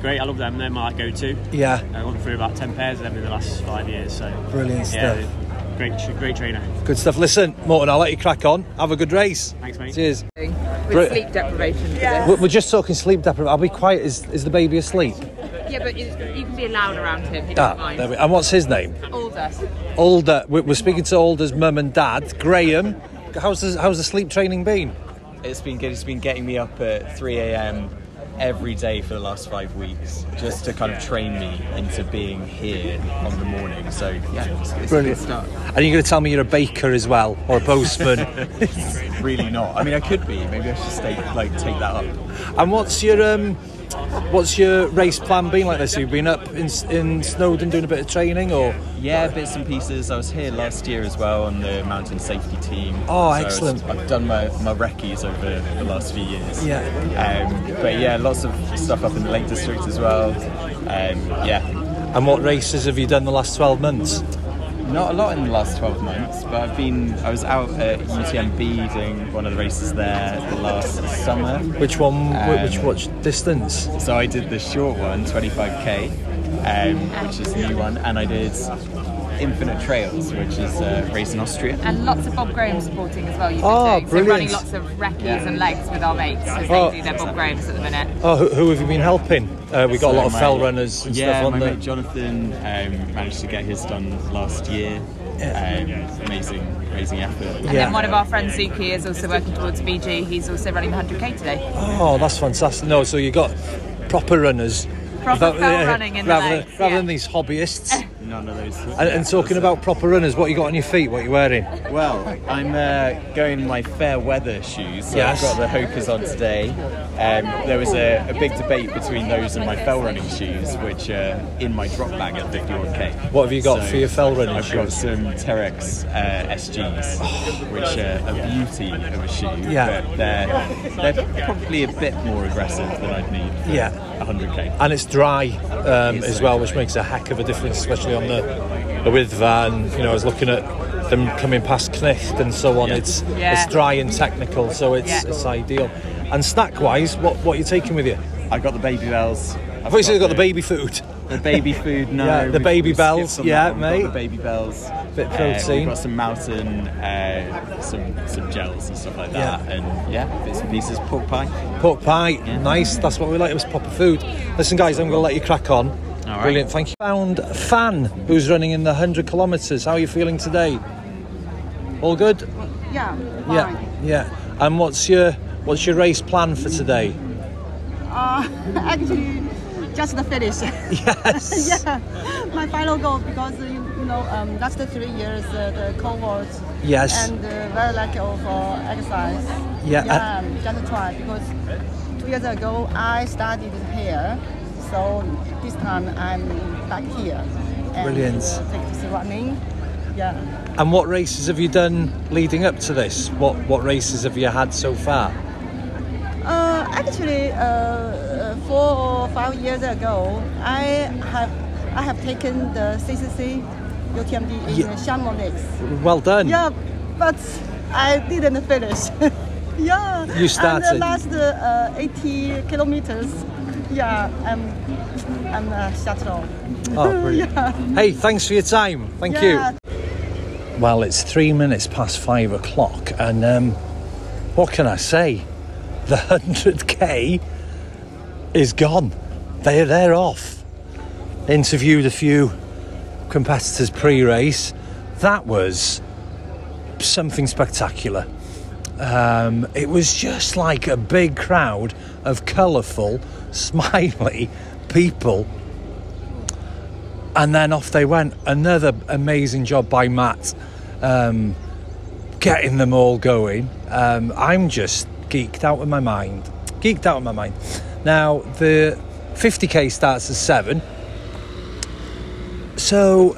Speaker 8: great. I love them. They're my go-to.
Speaker 1: Yeah,
Speaker 8: I've gone through about ten pairs of them in the last five years. So
Speaker 1: brilliant
Speaker 8: yeah,
Speaker 1: stuff.
Speaker 8: great, great trainer.
Speaker 1: Good stuff. Listen, Morton, I'll let you crack on. Have a good race.
Speaker 8: Thanks, mate.
Speaker 1: Cheers.
Speaker 9: with
Speaker 1: Brilliant.
Speaker 9: sleep deprivation.
Speaker 7: Yeah.
Speaker 1: We're we're just talking sleep deprivation. I'll be quiet. Is, is the baby asleep?
Speaker 9: Yeah, but you, you can be loud around him. He doesn't
Speaker 1: Ah,
Speaker 9: mind.
Speaker 1: there we, and what's his name?
Speaker 9: Older.
Speaker 1: Alder. We're we're speaking to Alder's mum and dad, Graham. How's the, how's the sleep training been?
Speaker 10: It's been good. It's been getting me up at 3 a.m. every day for the last five weeks, just to kind of train me into being here on the morning. So yeah, it's, it's a good
Speaker 1: Brilliant.
Speaker 10: start.
Speaker 1: And you're going to tell me you're a baker as well, or a postman.
Speaker 10: Really not. I mean, I could be. Maybe I should stay, like take that up.
Speaker 1: and what's your um, what's your race plan been like this? You've been up in in Snowdon doing a bit of training, or
Speaker 10: Yeah, bits and pieces. I was here last year as well on the mountain safety team.
Speaker 1: Oh,
Speaker 10: I was-
Speaker 1: excellent.
Speaker 10: I've done my, my recce's over the last few years.
Speaker 1: Yeah.
Speaker 10: Um, but yeah, lots of stuff up in the Lake District as well. Um, yeah,
Speaker 1: and what races have you done the last 12 months?
Speaker 10: Not a lot in the last 12 months, but I've been, I was out at UTMB doing one of the races there last summer.
Speaker 1: Which one? wh- which
Speaker 10: Um,
Speaker 1: which distance?
Speaker 10: So I did the short one, 25k, um, which is a new one, and I did Infinite Trails, which is a race in Austria.
Speaker 9: And lots of Bob Graham supporting as well. You've been
Speaker 1: Ah,
Speaker 9: doing.
Speaker 1: brilliant.
Speaker 9: So running lots of recce's and legs with our mates because
Speaker 1: Oh.
Speaker 9: they do their Bob Grahams at the minute.
Speaker 1: Oh, who, who have you been helping? Uh, we got a lot of
Speaker 10: my-
Speaker 1: fell runners and
Speaker 10: yeah,
Speaker 1: stuff on
Speaker 10: my
Speaker 1: there.
Speaker 10: mate Jonathan um, managed to get his done last year. Um, amazing, amazing effort.
Speaker 9: And
Speaker 1: Yeah.
Speaker 9: then one of our friends, Zuki, is also working towards BG. He's also running the 100k today.
Speaker 1: Oh, that's fantastic. No, so you got proper runners.
Speaker 9: Proper
Speaker 1: Without-
Speaker 9: fell running in the
Speaker 1: rather,
Speaker 9: legs,
Speaker 1: than, rather
Speaker 9: yeah.
Speaker 1: than these hobbyists.
Speaker 10: None of those.
Speaker 1: and, and talking about proper runners, what you got on your feet? What you wearing?
Speaker 10: Well, I'm uh, going in my fair weather shoes. So
Speaker 1: Yes.
Speaker 10: I've got the Hokers on today. Um, there was a, a big debate between those and my fell running shoes, which are in my drop bag at 51k.
Speaker 1: What have you got for your fell running
Speaker 10: I've got some Terex uh, SGs, which are a beauty of a shoe.
Speaker 1: Yeah.
Speaker 10: But they're, they're probably a bit more aggressive than I'd need for
Speaker 1: Yeah.
Speaker 10: 100k.
Speaker 1: And it's dry um,
Speaker 10: It's
Speaker 1: as
Speaker 10: so
Speaker 1: well,
Speaker 10: dry.
Speaker 1: which makes a heck of a difference, especially on the the width van. You know, I was looking at them coming past Knecht and so on.
Speaker 10: Yeah.
Speaker 1: It's
Speaker 9: Yeah.
Speaker 1: it's dry and technical, so it's
Speaker 9: Yeah.
Speaker 1: it's ideal. And snack wise, what what are you taking with you?
Speaker 10: I got the baby bells.
Speaker 1: I've obviously got the baby food.
Speaker 10: The baby food, no.
Speaker 1: Yeah, the
Speaker 10: we've-
Speaker 1: baby
Speaker 10: we've skipped
Speaker 1: bells,
Speaker 10: on that
Speaker 1: yeah,
Speaker 10: one. We've got
Speaker 1: mate.
Speaker 10: The baby bells.
Speaker 1: Bit of
Speaker 10: Uh,
Speaker 1: protein.
Speaker 10: we've got some mountain, uh, some some gels and stuff like that,
Speaker 1: Yeah.
Speaker 10: and yeah, bits and pieces. Pork pie.
Speaker 1: Pork pie, nice. That's what we like. It was proper food. Listen, guys, I'm going to let you crack on.
Speaker 10: right.
Speaker 1: Brilliant. Thank you. Found Fan, who's running in the 100 kilometres. How are you feeling today? All good?
Speaker 9: Yeah.
Speaker 1: Yeah. Yeah. And what's your what's your race plan for today?
Speaker 11: Uh, actually just the finish.
Speaker 1: Yes.
Speaker 11: yeah, my final goal because uh, you, you know um, last three years uh, the cohort
Speaker 1: Yes.
Speaker 11: and uh, very lack of uh, exercise.
Speaker 1: Yeah,
Speaker 11: yeah just try because two years ago I studied here, so this time I'm back here. And,
Speaker 1: Brilliant.
Speaker 11: Uh, practice running. Yeah,
Speaker 1: And what races have you done leading up to this? What what races have you had so far?
Speaker 11: uh, actually, uh, uh, four or five years ago, I have I have taken the CCC UTMB in
Speaker 1: Yeah.
Speaker 11: Chamonix.
Speaker 1: Well done.
Speaker 11: Yeah, but I didn't finish. yeah.
Speaker 1: You started.
Speaker 11: And the last uh, 80 kilometers. Yeah, I'm, I'm uh, a shuttle.
Speaker 1: Oh, brilliant. Hey, thanks for your time. Thank you.
Speaker 11: Yeah,
Speaker 1: Well, it's three minutes past five o'clock, and um, what can I say? The 100k is gone. They're, they're off. Interviewed a few competitors pre race. That was something spectacular. Um, it was just like a big crowd of colourful, smiley people and then off they went. Another amazing job by Matt, um, getting them all going. Um, I'm just geeked out of my mind. Geeked out of my mind. Now the 50k starts at seven, so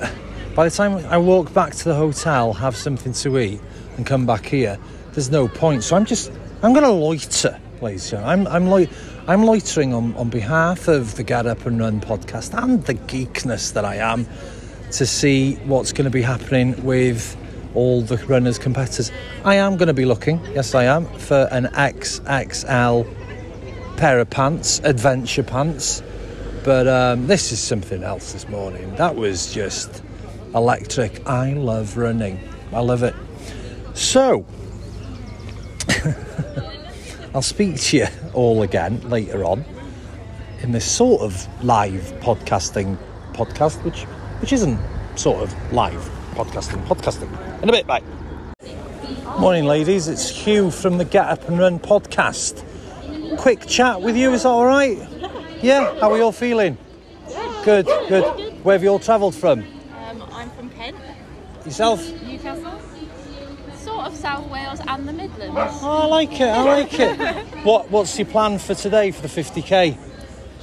Speaker 1: by the time I walk back to the hotel, have something to eat, and come back here, there's no point. So I'm just I'm going to loiter, ladies and gentlemen. I'm I'm, loi- I'm loitering on, on behalf of the Get Up and Run podcast and the geekness that I am to see what's going to be happening with all the runners competitors. I am going to be looking, yes I am, for an XXL pair of pants, adventure pants But um, this is something else this morning. That was just electric. I love running. I love it. So, I'll speak to you all again later on in this sort of live podcasting podcast, which which isn't sort of live podcasting podcasting. In a bit, bye. Morning, ladies. It's Hugh from the Get Up and Run podcast. Quick chat with you. Is that all right? Yeah. How are you all feeling? Good. Good. Where have you all travelled from?
Speaker 12: Um, I'm from Kent,
Speaker 1: Yourself?
Speaker 12: Newcastle, sort of South Wales and the Midlands.
Speaker 1: Oh, I like it. I like it. What What's your plan for today for the 50k?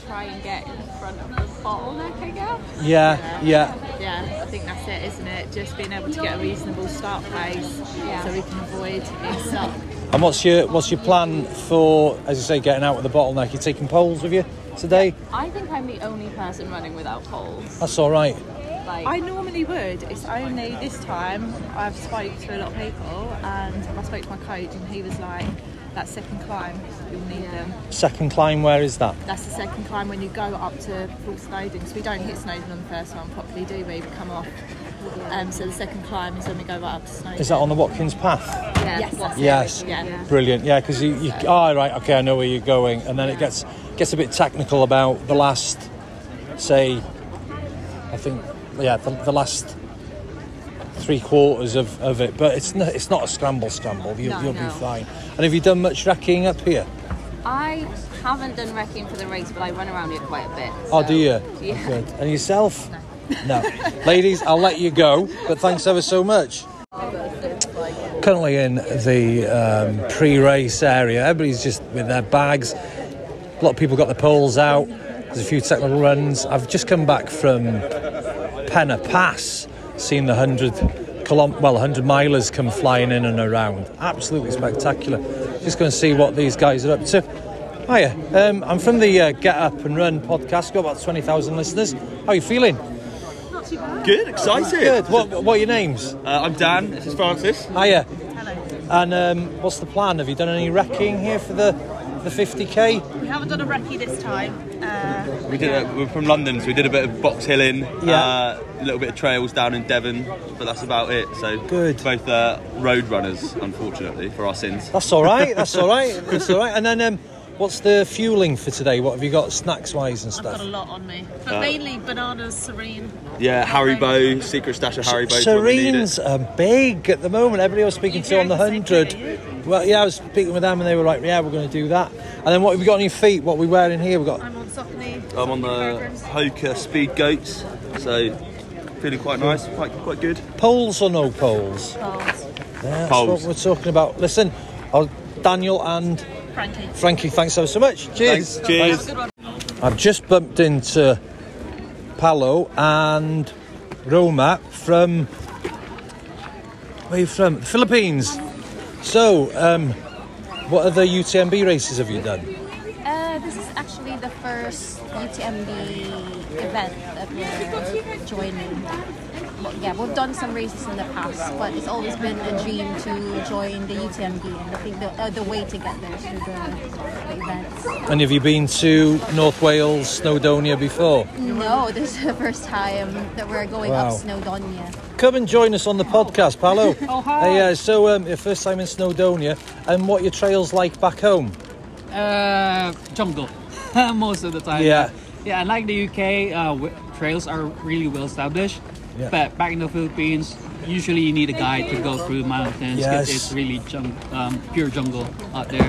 Speaker 12: Try and get in front of the bottleneck, I guess.
Speaker 1: Yeah. Yeah.
Speaker 9: Yeah, I think that's it, isn't it? Just being able to get a reasonable start place so we can avoid being stuck.
Speaker 1: And what's your What's your plan for, as you say, getting out of the bottleneck? You taking poles with you today?
Speaker 12: I think I'm the only person running without poles.
Speaker 1: That's all right.
Speaker 12: Like,
Speaker 9: I normally would. It's only this time I've spoke to a lot of people, and I spoke to my coach, and he was like, "That second climb, you'll need them.
Speaker 1: Second climb. Where is that?
Speaker 9: That's the second climb when you go up to full Snowden, because we don't hit Snowden on the first one properly, do we? We come off. Um, so the second climb is when we go right up to Snowden.
Speaker 1: Is that on the Watkins Path?
Speaker 9: Yeah, yes. that's it.
Speaker 1: Yes.
Speaker 9: Yeah.
Speaker 1: Brilliant. Yeah, because you, you. Oh, right. Okay, I know where you're going, and then it gets gets a bit technical about the last, say, I think, yeah, the, the last three quarters of, of it. But it's not it's not a scramble scramble. You,
Speaker 12: No,
Speaker 1: you'll
Speaker 12: no.
Speaker 1: be fine. And have you done much wrecking up here?
Speaker 12: I haven't done wrecking for the race, but I run around it quite a bit.
Speaker 1: oh, do you?
Speaker 12: yeah.
Speaker 1: Good. And yourself? No. Ladies, I'll let you go. But thanks ever so much. currently in the um, pre-race area. Everybody's just with their bags. A lot of people got their poles out. There's a few technical runs. I've just come back from Penna Pass, seen the hundred kilom- well, hundred milers come flying in and around. Absolutely spectacular. Just going to see what these guys are up to. Hiya, um, I'm from the uh, Get Up and Run podcast. Got about twenty thousand listeners. How are you feeling?
Speaker 13: Good, excited.
Speaker 1: Good. What, what are your names? Uh,
Speaker 13: I'm Dan. This is Francis.
Speaker 1: Hiya. And um, what's the plan? Have you done any wrecking here for the the 50k?
Speaker 11: We haven't done a recce this time. Uh,
Speaker 13: We did. A, we're from London, so we did a bit of box hilling,
Speaker 1: Yeah.
Speaker 13: uh, a little bit of trails down in Devon, but that's about it. So
Speaker 1: Good.
Speaker 13: Both uh, road runners, unfortunately, for our sins.
Speaker 1: That's all right. That's all right. That's all right. And then um, what's the fueling for today? What have you got snacks wise and
Speaker 14: I've got a
Speaker 1: stuff?
Speaker 14: lot on me, but
Speaker 13: Uh,
Speaker 14: mainly bananas, serene.
Speaker 13: Yeah, Haribo, secret stash of Haribo.
Speaker 1: Serenes are big at the moment. Everybody I was speaking to on the hundred. Well, yeah, I was speaking with them and they were like, "Yeah, we're going to do that." And then what have you got on your feet? What are we wearing here? We've got
Speaker 14: I'm on Sockney.
Speaker 13: I'm on the Hoka Speed Goats, so feeling quite nice, quite quite good.
Speaker 1: poles or no poles? Yeah, that's
Speaker 13: Poles.
Speaker 1: what we're talking about. Listen, oh, Daniel and
Speaker 14: Frankie.
Speaker 1: Frankie, thanks so so much. Cheers.
Speaker 13: Thanks. Cheers.
Speaker 1: Thanks. I've just bumped into Palo and Roma from where are you from? The Philippines. So, um, what other UTMB races have you done?
Speaker 15: Uh, this is actually the first UTMB event that we're joining. Well, yeah, we've done some races in the past, but it's always been a dream to join the UTMB, and I think the, uh, the way to get there is through the, the events.
Speaker 1: And have you been to North Wales, Snowdonia before?
Speaker 15: No, this is the first time that we're going
Speaker 1: Wow.
Speaker 15: up Snowdonia.
Speaker 1: Come and join us on the podcast, Palo.
Speaker 15: Oh, hi.
Speaker 1: Hey, uh, so, um, your first time in Snowdonia, and what are your trails like back home?
Speaker 16: Uh, jungle, most of the time.
Speaker 1: Yeah.
Speaker 16: Yeah, and like the UK, uh, w- trails are really well established.
Speaker 1: Yeah.
Speaker 16: But back in the Philippines, usually you need a guide to go through mountains. 'cause
Speaker 1: Yes.
Speaker 16: It's really jung- um, pure jungle out there.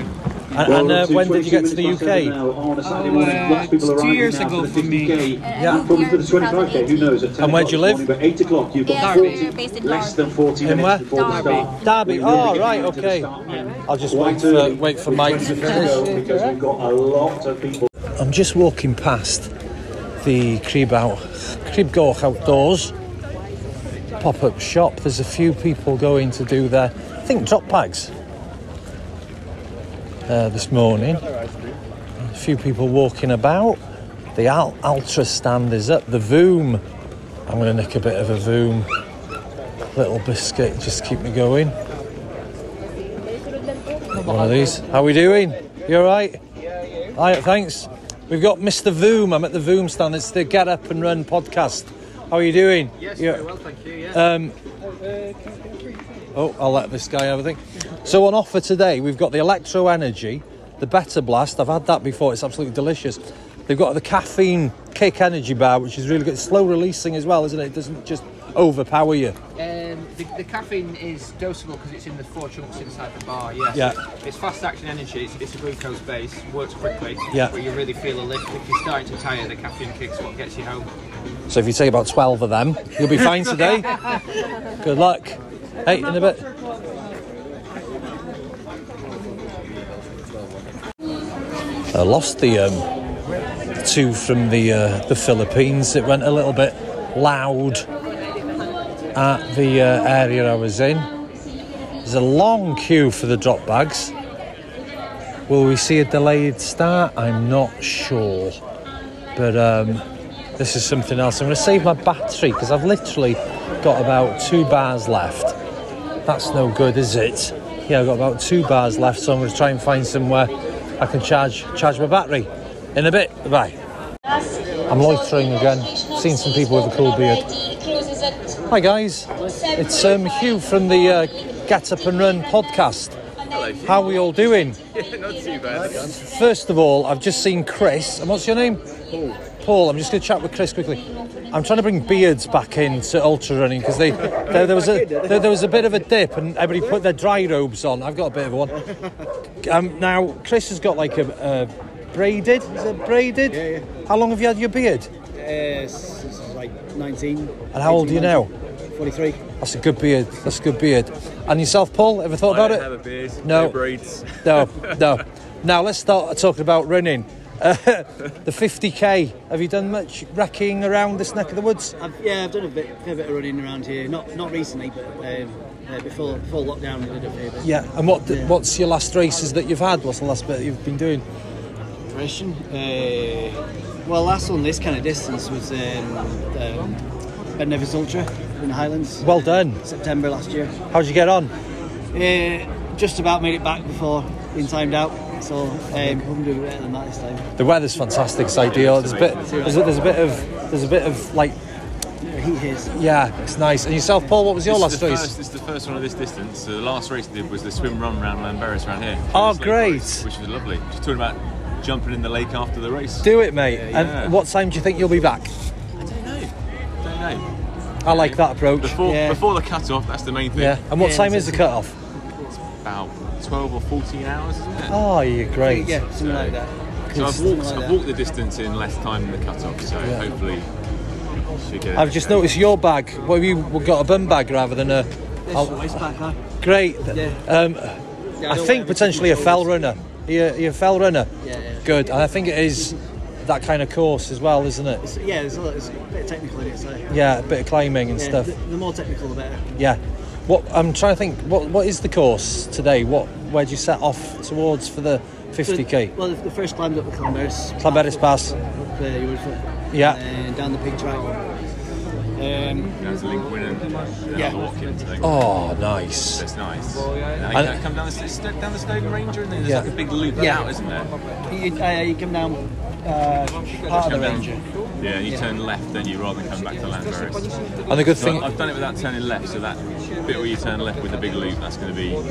Speaker 1: And- and, uh, when did you get to the UK?
Speaker 16: Oh, uh, two years ago for me.
Speaker 1: Yeah.
Speaker 17: Probably for the 25k, who knows? At 10
Speaker 1: And where'd
Speaker 17: o'clock
Speaker 1: you
Speaker 17: this
Speaker 1: live?
Speaker 17: morning, But 8 o'clock, you've got
Speaker 15: Derby.
Speaker 17: 40
Speaker 15: We're based in
Speaker 17: less than 40
Speaker 1: In
Speaker 17: minutes
Speaker 1: where?
Speaker 17: before the start.
Speaker 1: Derby.
Speaker 17: We're
Speaker 1: Oh,
Speaker 17: really
Speaker 1: right,
Speaker 17: getting to the
Speaker 1: okay.
Speaker 17: start.
Speaker 1: I'll just wait
Speaker 17: Quite
Speaker 1: for,
Speaker 17: early,
Speaker 1: wait for
Speaker 17: with
Speaker 1: Mike to
Speaker 17: 20 minutes go,
Speaker 1: finish.
Speaker 17: Because we've got a lot of people.
Speaker 1: I'm just walking past the Crib, out, Crib Gorch Outdoors pop up shop. There's a few people going to do their, I think, drop bags uh, this morning. A few people walking about. The Al- Ultra stand is up. The Voom. I'm going to nick a bit of a Voom. Little biscuit, just keep me going. One of these. How we doing? You alright? Hi, thanks. We've got Mr. Voom. I'm at the Voom stand. It's the Get Up and Run podcast. How are you doing?
Speaker 18: Yes,
Speaker 1: You-
Speaker 18: very well, thank you. Yeah.
Speaker 1: Um, Oh, I'll let this guy have a thing. So on offer today, we've got the Electro Energy, the Better Blast. I've had that before. It's absolutely delicious. They've got the Caffeine Kick Energy Bar, which is really good. It's slow releasing as well, isn't it? It doesn't just overpower you.
Speaker 18: Um, the, the caffeine is dosable because it's in the four chunks inside the bar. Yes.
Speaker 1: Yeah.
Speaker 18: It's fast action energy. It's, it's a glucose base. Works quickly.
Speaker 1: Yeah.
Speaker 18: But you really feel a lift. If you're starting to tire, the caffeine kicks what gets you home.
Speaker 1: So if you take about 12 of them, you'll be fine today. good luck. Hey, in a bit. I lost the um, two from the uh, the Philippines. It went a little bit loud at the uh, area I was in. There's a long queue for the drop bags. Will we see a delayed start? I'm not sure, but um, this is something else. I'm going to save my battery because I've literally got about two bars left. That's no good, is it? Yeah, I've got about two bars left, so I'm going to try and find somewhere I can charge charge my battery. In a bit, bye. I'm loitering again. Seen some people with a cool beard. Hi guys, it's um, Hugh from the uh, Get Up and Run podcast.
Speaker 19: Hello, Hugh.
Speaker 1: How are we all doing?
Speaker 19: Yeah, not too bad.
Speaker 1: First of all, I've just seen Chris. And what's your name? Paul. Paul. I'm just going to chat with Chris quickly. I'm trying to bring beards back into ultra running because they there, there was a there, there was a bit of a dip and everybody put their dry robes on. I've got a bit of one. Um, now Chris has got like a, a braided. Is it braided? Yeah, yeah. How long have you had your beard?
Speaker 20: Uh, since I was like 19.
Speaker 1: And how old are you now?
Speaker 20: 43.
Speaker 1: That's a good beard. That's a good beard. And yourself, Paul? Ever thought
Speaker 20: I don't
Speaker 1: about it?
Speaker 20: have a beard.
Speaker 1: No.
Speaker 20: No braids.
Speaker 1: No. No. now let's start talking about running. Uh, the 50k. Have you done much racking around this neck of the woods?
Speaker 20: I've, yeah, I've done a bit, fair bit of running around here. Not not recently, but um, uh, before before lockdown, I did a fair bit.
Speaker 1: Yeah. And what what's your last races that you've had? What's the last bit you've been doing?
Speaker 20: Impression. Uh, well, last one this kind of distance was um, um, Ben Nevis Ultra in the Highlands.
Speaker 1: Well done.
Speaker 20: September last year.
Speaker 1: How'd you get on?
Speaker 20: Uh, just about made it back before being timed out. So um, I'm doing better than that this time.
Speaker 1: The weather's fantastic. It's ideal. There's a bit. There's a, there's a bit of. There's a bit of like. Yeah, it's nice. And yourself, Paul? What was your
Speaker 21: this
Speaker 1: last
Speaker 21: is the
Speaker 1: race?
Speaker 21: First, this is the first one of this distance. So the last race I did was the swim run round Lamberis round here.
Speaker 1: Oh,
Speaker 21: This lake
Speaker 1: great.
Speaker 21: race, which was lovely. Just talking about jumping in the lake after the race.
Speaker 1: Do it, mate.
Speaker 21: Yeah, yeah.
Speaker 1: And what time do you think you'll be back?
Speaker 21: Don't know.
Speaker 1: I like that approach.
Speaker 21: Before,
Speaker 1: yeah.
Speaker 21: before the cut off, that's the main thing.
Speaker 1: Yeah. And what time is the cut off?
Speaker 21: It's about 12 or 14 hours, isn't it?
Speaker 1: Oh, you're great.
Speaker 20: something like that.
Speaker 21: So I've
Speaker 1: Something
Speaker 21: walked,
Speaker 1: like that.
Speaker 21: I've walked the distance in less time than the cut off, so hopefully should get it.
Speaker 1: I've just noticed your bag. Well, have you got a bum bag rather than a.
Speaker 20: This waist back high.
Speaker 1: Great.
Speaker 20: Yeah.
Speaker 1: Um,
Speaker 20: Yeah, I
Speaker 1: I
Speaker 20: don't wear
Speaker 1: think potentially a
Speaker 20: much
Speaker 1: fell runner. Are you, are you a fell runner?
Speaker 20: Yeah, yeah.
Speaker 1: Good. And I think it is that kind of course as well, isn't it?
Speaker 20: So, yeah, there's a, lot, there's a bit of technical in it. So,
Speaker 1: Yeah, a bit of climbing and
Speaker 20: Yeah,
Speaker 1: stuff.
Speaker 20: The, the more technical, the better.
Speaker 1: Yeah. What I'm trying to think. What what is the course today? What where do you set off towards for the 50k?
Speaker 20: So, well, the, the first climbed up the Clamberis.
Speaker 1: Clamberis Pass.
Speaker 20: Up there, you would foot.
Speaker 1: Yeah.
Speaker 20: And down the pig trail. Um,
Speaker 21: There's a link winner and
Speaker 20: Yeah.
Speaker 21: yeah. walk-in today.
Speaker 1: Oh, nice.
Speaker 21: That's nice. Now you
Speaker 1: And-
Speaker 21: can come down the, st- down the Snowden Ranger and then there's
Speaker 1: Yeah.
Speaker 21: like a big loop
Speaker 20: Yeah.
Speaker 21: out, isn't there?
Speaker 20: You, uh, you come down uh, part of
Speaker 21: Come
Speaker 20: the
Speaker 21: down.
Speaker 20: ranger.
Speaker 21: Yeah, and you turn left, then you rather than come back to Landveris.
Speaker 1: And the good
Speaker 21: So
Speaker 1: thing-
Speaker 21: I've done it without turning left, so that bit where you turn left with the big loop, that's going to be
Speaker 1: And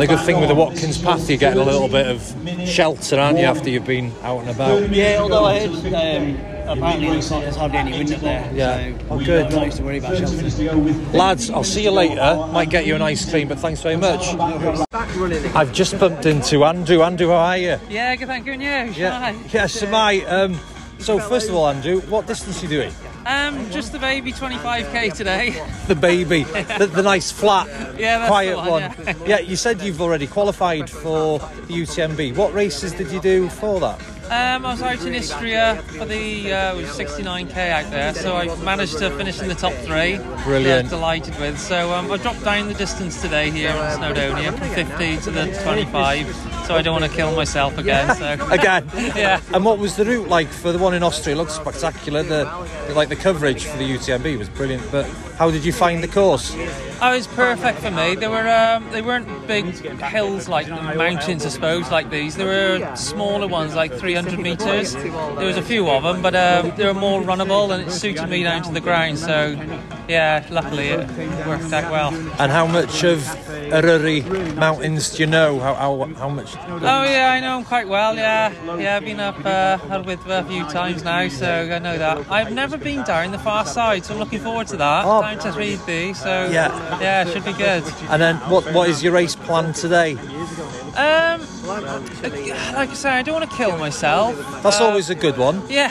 Speaker 1: the good thing with the Watkins Path, you're getting a little bit of shelter, aren't you, after you've been out and about?
Speaker 20: Yeah, although I heard um, apparently there's not- there's hardly any wind up there. So
Speaker 1: Yeah. Oh, good.
Speaker 20: Not used to worry about shelter.
Speaker 1: Lads, I'll see you later. Might get you an ice cream, but thanks very much. I've just bumped into Andrew. Andrew, how are you?
Speaker 22: Yeah, good thank you, and you? Shy.
Speaker 1: Yeah, yeah, Samai. Um, so first of all, Andrew, what distance are you doing?
Speaker 22: Um, just the baby 25k today.
Speaker 1: The baby, the, the nice flat,
Speaker 22: Yeah, that's
Speaker 1: quiet
Speaker 22: the one,
Speaker 1: one.
Speaker 22: yeah.
Speaker 1: Yeah. you said you've already qualified for the UTMB. What races did you do for that?
Speaker 22: Um, I was out in Istria for the uh, it was 69k out there, so I managed to finish in the top three. which
Speaker 1: Brilliant.
Speaker 22: I'm delighted with. So um, I dropped down the distance today here in Snowdonia from 50 to the 25. So I don't want to kill myself again. So
Speaker 1: Again,
Speaker 22: yeah.
Speaker 1: And what was the route like for the one in Austria? It looked spectacular. The like the coverage for the UTMB was brilliant. But how did you find the course?
Speaker 22: Oh, it's perfect for me. There were um, they weren't big hills like the mountains, I suppose, like these. There were smaller ones, like 300 300 metres. There was a few of them, but um, they were more runnable and it suited me down to the ground. So, yeah, luckily it worked out well.
Speaker 1: And how much of Arari Mountains do you know? How, how, how much?
Speaker 22: Oh yeah, I know him quite well. Yeah, yeah, I've been up uh, up with a few times now, so I know that. I've never been down the far side, so I'm looking forward to that. Down to Reedby, so
Speaker 1: Yeah.
Speaker 22: yeah, it should be good.
Speaker 1: And then what, what is your race plan today?
Speaker 22: Um, like I say, I don't want to kill myself. uh,
Speaker 1: That's always a good one.
Speaker 22: Yeah,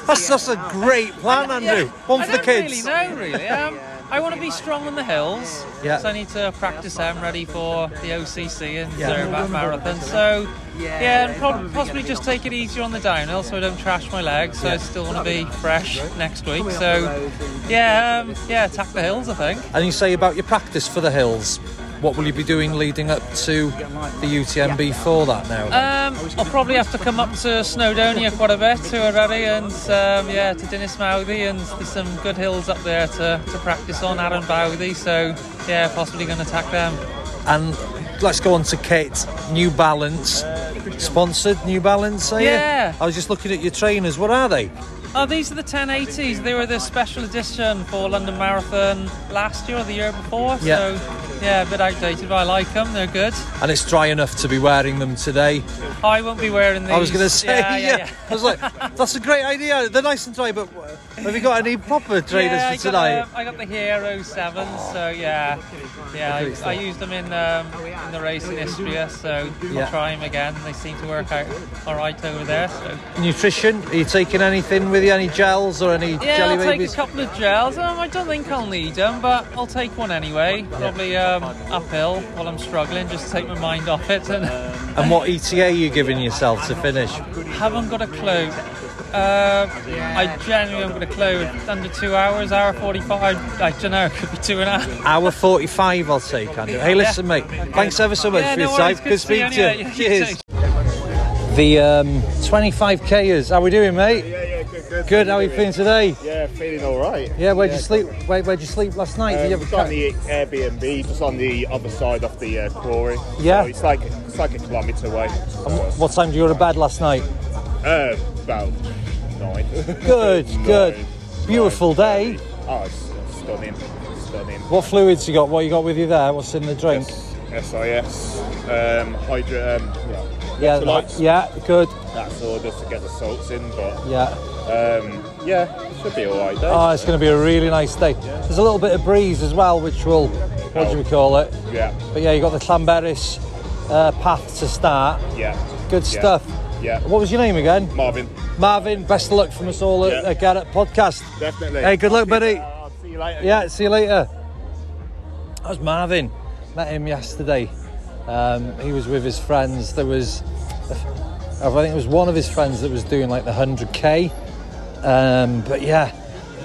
Speaker 1: That's, that's a great plan, Andrew. One
Speaker 22: I
Speaker 1: for the
Speaker 22: don't
Speaker 1: kids.
Speaker 22: Really know, really. Um, I want to be strong on the hills,
Speaker 1: Yeah.
Speaker 22: so I need to practice them ready for the OCC and
Speaker 1: Yeah.
Speaker 22: Zermatt Marathon. So, yeah, and prob- possibly just take it easier on the downhill so I don't trash my legs. So I still want to be fresh next week. So, yeah, um, yeah, attack the hills, I think.
Speaker 1: And you say about your practice for the hills. What will you be doing leading up to the UTMB for that now?
Speaker 22: Um, I'll probably have to come up to Snowdonia quite a bit to already, and um, yeah, to Dinnismowthy, and there's some good hills up there to, to practice on, Aaron Bowthy. So yeah, possibly going to attack them.
Speaker 1: And let's go on to Kate. New Balance. Sponsored New Balance, are you?
Speaker 22: Yeah.
Speaker 1: I was just looking at your trainers. What are they?
Speaker 22: Oh, these are the 1080s. They were the special edition for London Marathon last year or the year before.
Speaker 1: Yeah.
Speaker 22: So yeah, a bit outdated, but I like them. They're good.
Speaker 1: And it's dry enough to be wearing them today.
Speaker 22: I won't be wearing these.
Speaker 1: I was going to say,
Speaker 22: Yeah,
Speaker 1: yeah,
Speaker 22: yeah,
Speaker 1: I was like, that's a great idea. They're nice and dry, but have you got any proper trainers
Speaker 22: yeah,
Speaker 1: for tonight?
Speaker 22: I got, the, I got the Hero 7, so yeah, yeah. I, I used them in um, in the race in Istria, so
Speaker 1: Yeah.
Speaker 22: I'll try them again. They seem to work out all right over there. So
Speaker 1: Nutrition? Are you taking anything with you? Any gels or any
Speaker 22: yeah,
Speaker 1: jelly
Speaker 22: I'll take
Speaker 1: babies?
Speaker 22: a couple of gels. Um, I don't think I'll need them, but I'll take one anyway. Probably um, uphill while I'm struggling, just to take my mind off it. And
Speaker 1: And what ETA are you giving yourself to finish?
Speaker 22: haven't got a clue. Uh, I genuinely haven't got a clue. Under two hours, hour forty-five. I don't know. It could be two and a half.
Speaker 1: Hour 45 I'll take, Andrew. Hey, listen, mate. Thanks ever so much
Speaker 22: Yeah,
Speaker 1: for
Speaker 22: no
Speaker 1: your time.
Speaker 22: worries.
Speaker 1: Good,
Speaker 22: Good to see
Speaker 1: speaking
Speaker 22: you
Speaker 1: to you.
Speaker 22: anyway. Yeah, you
Speaker 1: Cheers. The um, 25Kers, how we doing, mate?
Speaker 23: Yeah, yeah, good. Good,
Speaker 1: Good, how are you feeling today?
Speaker 23: Yeah, feeling all right.
Speaker 1: Yeah, where'd you sleep? Where, where'd you sleep last night? Did
Speaker 23: Um,
Speaker 1: you have
Speaker 23: it's
Speaker 1: a
Speaker 23: on
Speaker 1: cat?
Speaker 23: the Airbnb, just on the other side of the uh, quarry.
Speaker 1: Yeah.
Speaker 23: So it's like it's like a kilometre away.
Speaker 1: And wh- Um, What time did you go to bed last night?
Speaker 23: Uh, about nine.
Speaker 1: Good, good. Beautiful day.
Speaker 23: Oh, it's stunning, stunning.
Speaker 1: What fluids you got? What you got with you there? What's in the drink?
Speaker 23: SIS, um, hydra, um, yeah,
Speaker 1: Yeah,
Speaker 23: electrolytes.
Speaker 1: yeah, good.
Speaker 23: That's all just to get the salts in, but
Speaker 1: Yeah.
Speaker 23: um, yeah, it should be all right.
Speaker 1: Oh, it's going to be a really nice day. There's a little bit of breeze as well, which will, what do we call it?
Speaker 23: Yeah.
Speaker 1: But yeah, you got the Llanberis uh, path to start.
Speaker 23: Yeah.
Speaker 1: Good
Speaker 23: Yeah.
Speaker 1: stuff.
Speaker 23: Yeah.
Speaker 1: What was your name again?
Speaker 23: Marvin.
Speaker 1: Marvin, best of luck from us all at, at Garrett Podcast.
Speaker 23: Definitely.
Speaker 1: Hey, good luck,
Speaker 23: I'll see
Speaker 1: buddy.
Speaker 23: you- I'll see you later.
Speaker 1: Yeah, see you later. That was Marvin. Met him yesterday. Um, he was with his friends. There was, I think it was one of his friends that was doing like the 100k. Um, but yeah,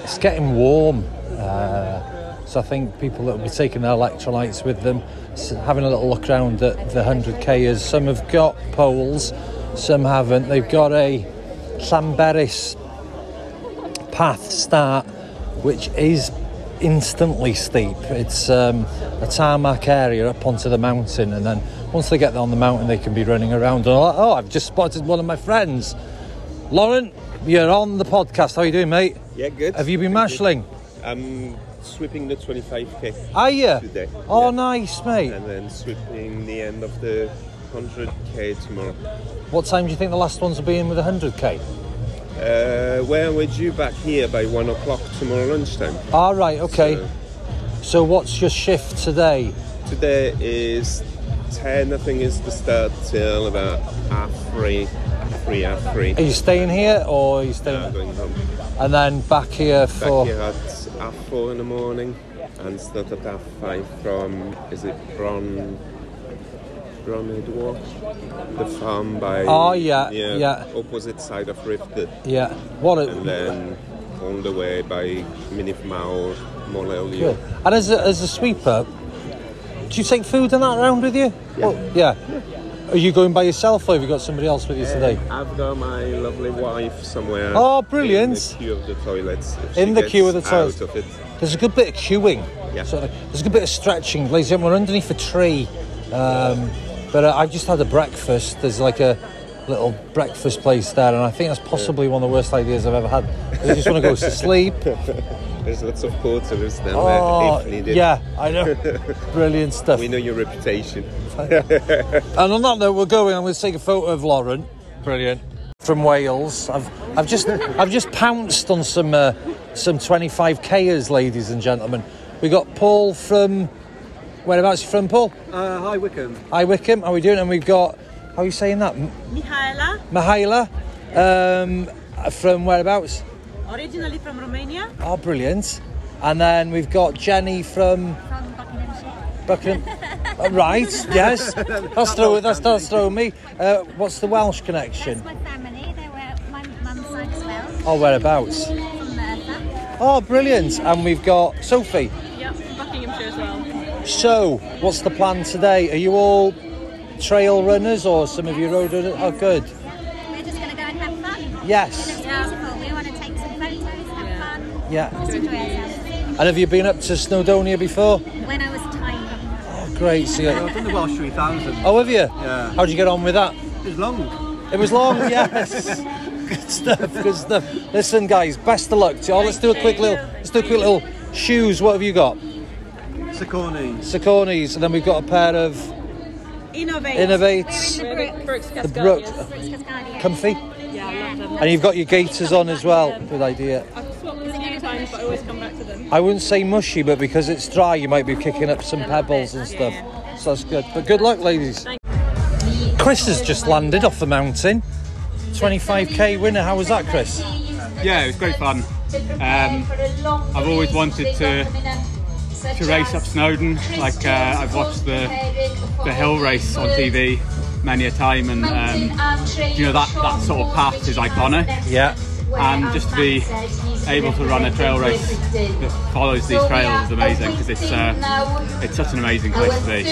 Speaker 1: it's getting warm. Uh, so I think people that will be taking their electrolytes with them, s- having a little look around at the 100kers. Some have got poles, some haven't. They've got a Llanberis path start, which is instantly steep. It's um, a tarmac area up onto the mountain, and then once they get on the mountain, they can be running around. And all that. oh, I've just spotted one of my friends, Lauren. You're on the podcast. How you doing, mate?
Speaker 24: Yeah, good.
Speaker 1: Have you been marshalling?
Speaker 24: I'm sweeping the 25k.
Speaker 1: Are you?
Speaker 24: Today.
Speaker 1: Oh, nice, mate.
Speaker 24: And then sweeping the end of the 100k tomorrow.
Speaker 1: What time do you think the last ones will be in with 100k?
Speaker 24: Uh, where were you back here by one o'clock tomorrow lunchtime?
Speaker 1: All right, okay. so what's your shift today?
Speaker 24: Today is 10. I think is the start till about half three, half three, half three. Um,
Speaker 1: Are you staying here or are you staying?
Speaker 24: going home.
Speaker 1: And then back here
Speaker 24: Back
Speaker 1: for
Speaker 24: here at half four in the morning and start at half five from is it Bron Bromhead Walk? The farm by
Speaker 1: Oh, yeah,
Speaker 24: near
Speaker 1: yeah.
Speaker 24: opposite side of Rifted.
Speaker 1: yeah. What a
Speaker 24: And then on the way by Minif Mao
Speaker 1: Good.
Speaker 24: Moleolia.
Speaker 1: And as a, as a sweeper, do you take food and that round with you? Yeah. yeah. Are you going by yourself or have you got somebody else with you today?
Speaker 24: I've got my lovely wife somewhere.
Speaker 1: Oh,
Speaker 24: In
Speaker 1: brilliant.
Speaker 24: the queue of the toilets. If she
Speaker 1: In the queue of the
Speaker 24: gets
Speaker 1: toilets.
Speaker 24: Out of it.
Speaker 1: There's a good bit of queuing.
Speaker 24: Yeah.
Speaker 1: Sort of- there's a good bit of stretching. Ladies and gentlemen, we're underneath a tree. Um, but uh, I've just had a breakfast. There's like a, little breakfast place there, and I think that's possibly one of the worst ideas I've ever had. I just want to go to sleep.
Speaker 24: There's lots of porters down
Speaker 1: Oh,
Speaker 24: there if needed.
Speaker 1: yeah, I know. Brilliant stuff.
Speaker 24: We know your reputation.
Speaker 1: and on that note, we're going. I'm going to take a photo of Lauren. Brilliant. From Wales, I've I've just I've just pounced on some uh, some 25kers, ladies and gentlemen. We got Paul from whereabouts? You from Paul?
Speaker 20: Uh, hi Wickham.
Speaker 1: Hi Wickham. How are we doing? And we've got how are you saying that? M-
Speaker 9: Mihaela,
Speaker 1: Mihaela um, from whereabouts?
Speaker 9: originally from Romania.
Speaker 1: Oh, brilliant. And then we've got Jenny from Buckingham. Oh, right, yes. That's throw, that's, that's throwing me. Uh, what's the Welsh connection?
Speaker 25: My family, they were my mum's side as well.
Speaker 1: Oh, whereabouts?
Speaker 25: From Merthyr.
Speaker 1: Oh, brilliant. And we've got Sophie.
Speaker 9: Yep, from Buckinghamshire as well.
Speaker 1: So, what's the plan today? Are you all trail runners or some of you road runners? Oh, good.
Speaker 25: We're just going to go and have fun.
Speaker 1: Yes.
Speaker 25: It looks beautiful. We want to take some photos, have fun,
Speaker 1: Yeah.
Speaker 25: just enjoy ourselves.
Speaker 1: And have you been up to Snowdonia before?
Speaker 25: When I was tiny.
Speaker 1: Oh, great. So
Speaker 20: Yeah, I've
Speaker 1: you
Speaker 20: done the Welsh 3000.
Speaker 1: Oh, have you?
Speaker 20: Yeah.
Speaker 1: How'd you get on with that?
Speaker 20: It was long.
Speaker 1: It was long, yes. good stuff, good stuff. Listen, guys, best of luck to you all. Let's do a quick little, let's do a quick little shoes. What have you got?
Speaker 20: Sicourney.
Speaker 1: Sicourneys, and then we've got a pair of
Speaker 9: Innovate.
Speaker 1: Innovates.
Speaker 9: We're in the Brooks
Speaker 1: the Brook, comfy,
Speaker 9: Yeah, I love them.
Speaker 1: and you've got your gaiters on as well. Good idea.
Speaker 9: I've swapped them a few times, but I always come back to them.
Speaker 1: I wouldn't say mushy, but because it's dry, you might be kicking up some pebbles and stuff. So that's good. But good luck, ladies. Chris has just landed off the mountain. 25k winner. How was that, Chris?
Speaker 5: Yeah, it was great fun. Um, I've always wanted to to race up Snowdon. Like uh, I've watched the the hill race on TV many a time, and um, you know that that sort of path is iconic.
Speaker 1: Yeah.
Speaker 5: And just to
Speaker 12: Um,
Speaker 5: be able to run a trail race that follows these trails is amazing because it's uh, it's such an amazing place to be.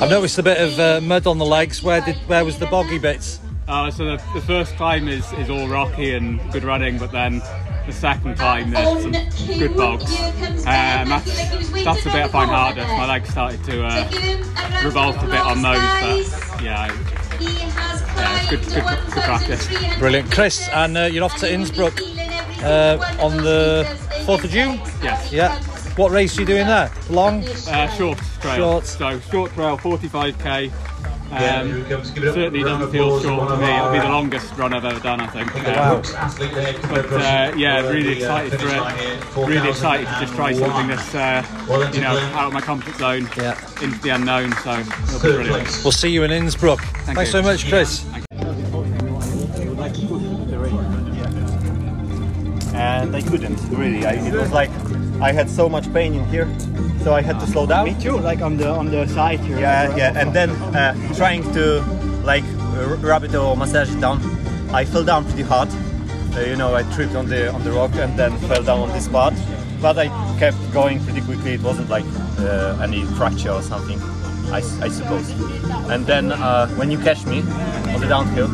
Speaker 1: I've noticed a bit of uh, mud on the legs. Where did where was the boggy bits?
Speaker 5: Uh, so the, the first climb is, is all rocky and good running, but then the second climb there's some good bogs. Um, that's, that's the bit I find hardest. My legs started to uh, revolt a bit on those, but yeah, I- yeah it's good, good, good practice.
Speaker 1: Brilliant, Chris. And uh, you're off to Innsbruck uh, on the 4th of June.
Speaker 5: Yes.
Speaker 1: Yeah. What race are you doing there? Long.
Speaker 5: Uh, short trail.
Speaker 1: Short.
Speaker 5: So short trail, 45k. Um,
Speaker 1: Yeah, here he comes. Give it up.
Speaker 5: certainly
Speaker 1: Round
Speaker 5: doesn't
Speaker 1: of
Speaker 5: feel
Speaker 1: applause to
Speaker 5: short
Speaker 1: one
Speaker 5: for
Speaker 1: of
Speaker 5: me. It'll be the
Speaker 1: our, uh,
Speaker 5: longest run I've ever done, I think.
Speaker 1: Wow.
Speaker 5: But uh, yeah, really excited for it. Really excited to just try something that's uh, you know out of my comfort zone, into the unknown. So it'll be brilliant.
Speaker 1: We'll see you in Innsbruck. Thanks
Speaker 5: you.
Speaker 1: so much, Chris.
Speaker 26: and I couldn't really. I, it was like I had so much pain in here, so I had to slow down. Me too, like on the on the side here. Yeah, yeah, and then uh, trying to like r- rub it or massage it down, I fell down pretty hard. Uh, you know, I tripped on the on the rock and then fell down on this part. But I kept going pretty quickly. It wasn't like uh, any fracture or something, I, s- I suppose. And then uh, when you catch me on the downhill,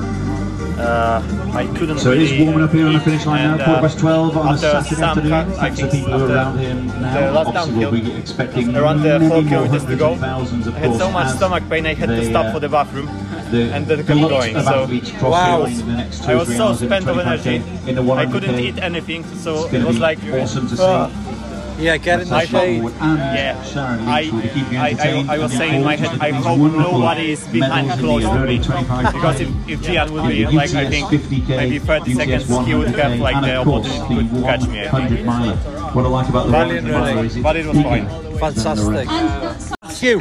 Speaker 26: uh, I couldn't.
Speaker 27: So it
Speaker 26: really
Speaker 27: is warming up here on the finish line
Speaker 26: and,
Speaker 27: now, quarter
Speaker 26: uh,
Speaker 27: past 12 on a
Speaker 26: after
Speaker 27: Saturday
Speaker 26: some
Speaker 27: afternoon.
Speaker 26: cut, I
Speaker 27: Thanks to
Speaker 26: think
Speaker 27: people who are around
Speaker 26: after
Speaker 27: here
Speaker 26: the
Speaker 27: now.
Speaker 26: last
Speaker 27: Obviously, we'll
Speaker 26: downhill,
Speaker 27: be expecting
Speaker 26: around the
Speaker 27: many
Speaker 26: four
Speaker 27: more
Speaker 26: kilometers to
Speaker 27: hundreds
Speaker 26: go.
Speaker 27: and thousands, of
Speaker 26: I had so
Speaker 27: course,
Speaker 26: much
Speaker 27: as
Speaker 26: stomach pain, I had to
Speaker 27: they,
Speaker 26: stop
Speaker 27: uh,
Speaker 26: for the bathroom
Speaker 27: the
Speaker 26: and then kept
Speaker 27: lot
Speaker 26: going.
Speaker 27: of
Speaker 26: So
Speaker 27: athletes cross
Speaker 26: wow,
Speaker 27: the line in the next two,
Speaker 26: I was
Speaker 27: three
Speaker 26: so
Speaker 27: hours in
Speaker 26: spent of
Speaker 27: 25K
Speaker 26: energy.
Speaker 27: in the
Speaker 26: I couldn't
Speaker 27: 100K.
Speaker 26: eat anything, so
Speaker 27: gonna
Speaker 26: it was
Speaker 27: be
Speaker 26: like uh,
Speaker 27: awesome to see.
Speaker 1: Yeah, get
Speaker 26: in
Speaker 27: the shade.
Speaker 26: Yeah, I, I, I, I was saying in my head, I hope nobody is behind close to me. Because if, if Gian would be, like, I think maybe 30 seconds, he would have, like, the opportunity to catch me. I think.
Speaker 27: What I like about the
Speaker 26: Valiant
Speaker 27: Royal Mile
Speaker 26: running,
Speaker 27: is it's
Speaker 26: but it was
Speaker 27: bigger
Speaker 26: fine.
Speaker 27: than the rest.
Speaker 1: Fantastic. Matthew,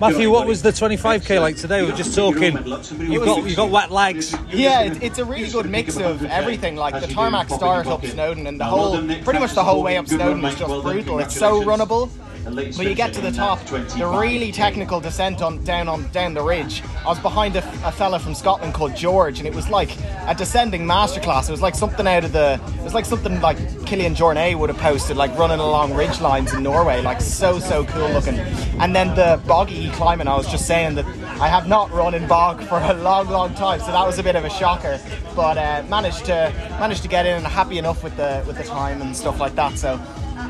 Speaker 1: Matthew, what was the 25k like today? We were just talking. You've got you got wet legs.
Speaker 27: Yeah, it, it's a really good mix of everything. Like the tarmac starts up Snowden, and the whole, pretty much the whole way up Snowden is just brutal. It's so runnable. But you get to the top, the really technical descent on down on down the ridge. I was behind a, a fella from Scotland called George, and it was like a descending masterclass. It was like something out of the, it was like something like Killian Jornet would have posted, like running along ridge lines in Norway, like so so cool looking. And then the boggy climbing, I was just saying that I have not run in bog for a long long time, so that was a bit of a shocker. But uh, managed to managed to get in and happy enough with the with the time and stuff like that. So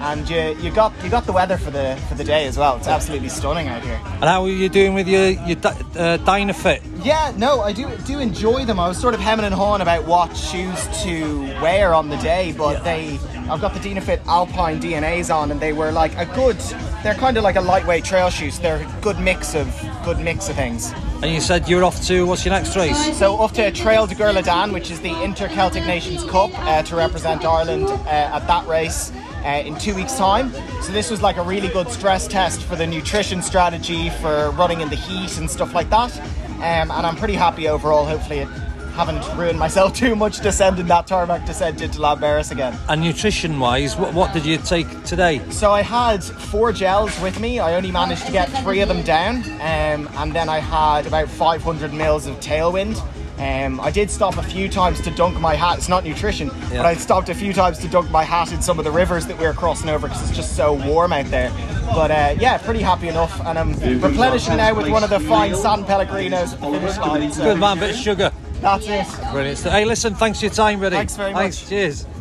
Speaker 27: and you, you got you got the weather for the for the day as well. It's absolutely stunning out here.
Speaker 1: And how are you doing with your your di- uh, Dynafit?
Speaker 27: Yeah, no, I do do enjoy them. I was sort of hemming and hawing about what shoes to wear on the day, but they I've got the Dinafit Alpine DNAs on, and they were like a good. They're kind of like a lightweight trail shoes. They're a good mix of good mix of things.
Speaker 1: And you said you're off to what's your next race?
Speaker 27: So off to Trail de Gurladan, which is the Inter Celtic Nations Cup uh, to represent Ireland uh, at that race. Uh, in two weeks' time. So, this was like a really good stress test for the nutrition strategy, for running in the heat and stuff like that. Um, and I'm pretty happy overall. Hopefully, it haven't ruined myself too much descending that tarmac descent into Lamberis again.
Speaker 1: And nutrition-wise, what, what did you take today?
Speaker 27: So I had four gels with me. I only managed to get three of them down, um, and then I had about 500 mils of tailwind. Um, I did stop a few times to dunk my hat. It's not nutrition, but I stopped a few times to dunk my hat in some of the rivers that we were crossing over because it's just so warm out there. But uh, yeah, pretty happy enough, and I'm replenishing now with one of the fine San Pellegrinos. at the finish line, so-
Speaker 1: Good man, bit of sugar.
Speaker 27: That's it.
Speaker 1: Brilliant. So, hey, listen, thanks for your time, buddy.
Speaker 27: Thanks very
Speaker 1: much. Cheers.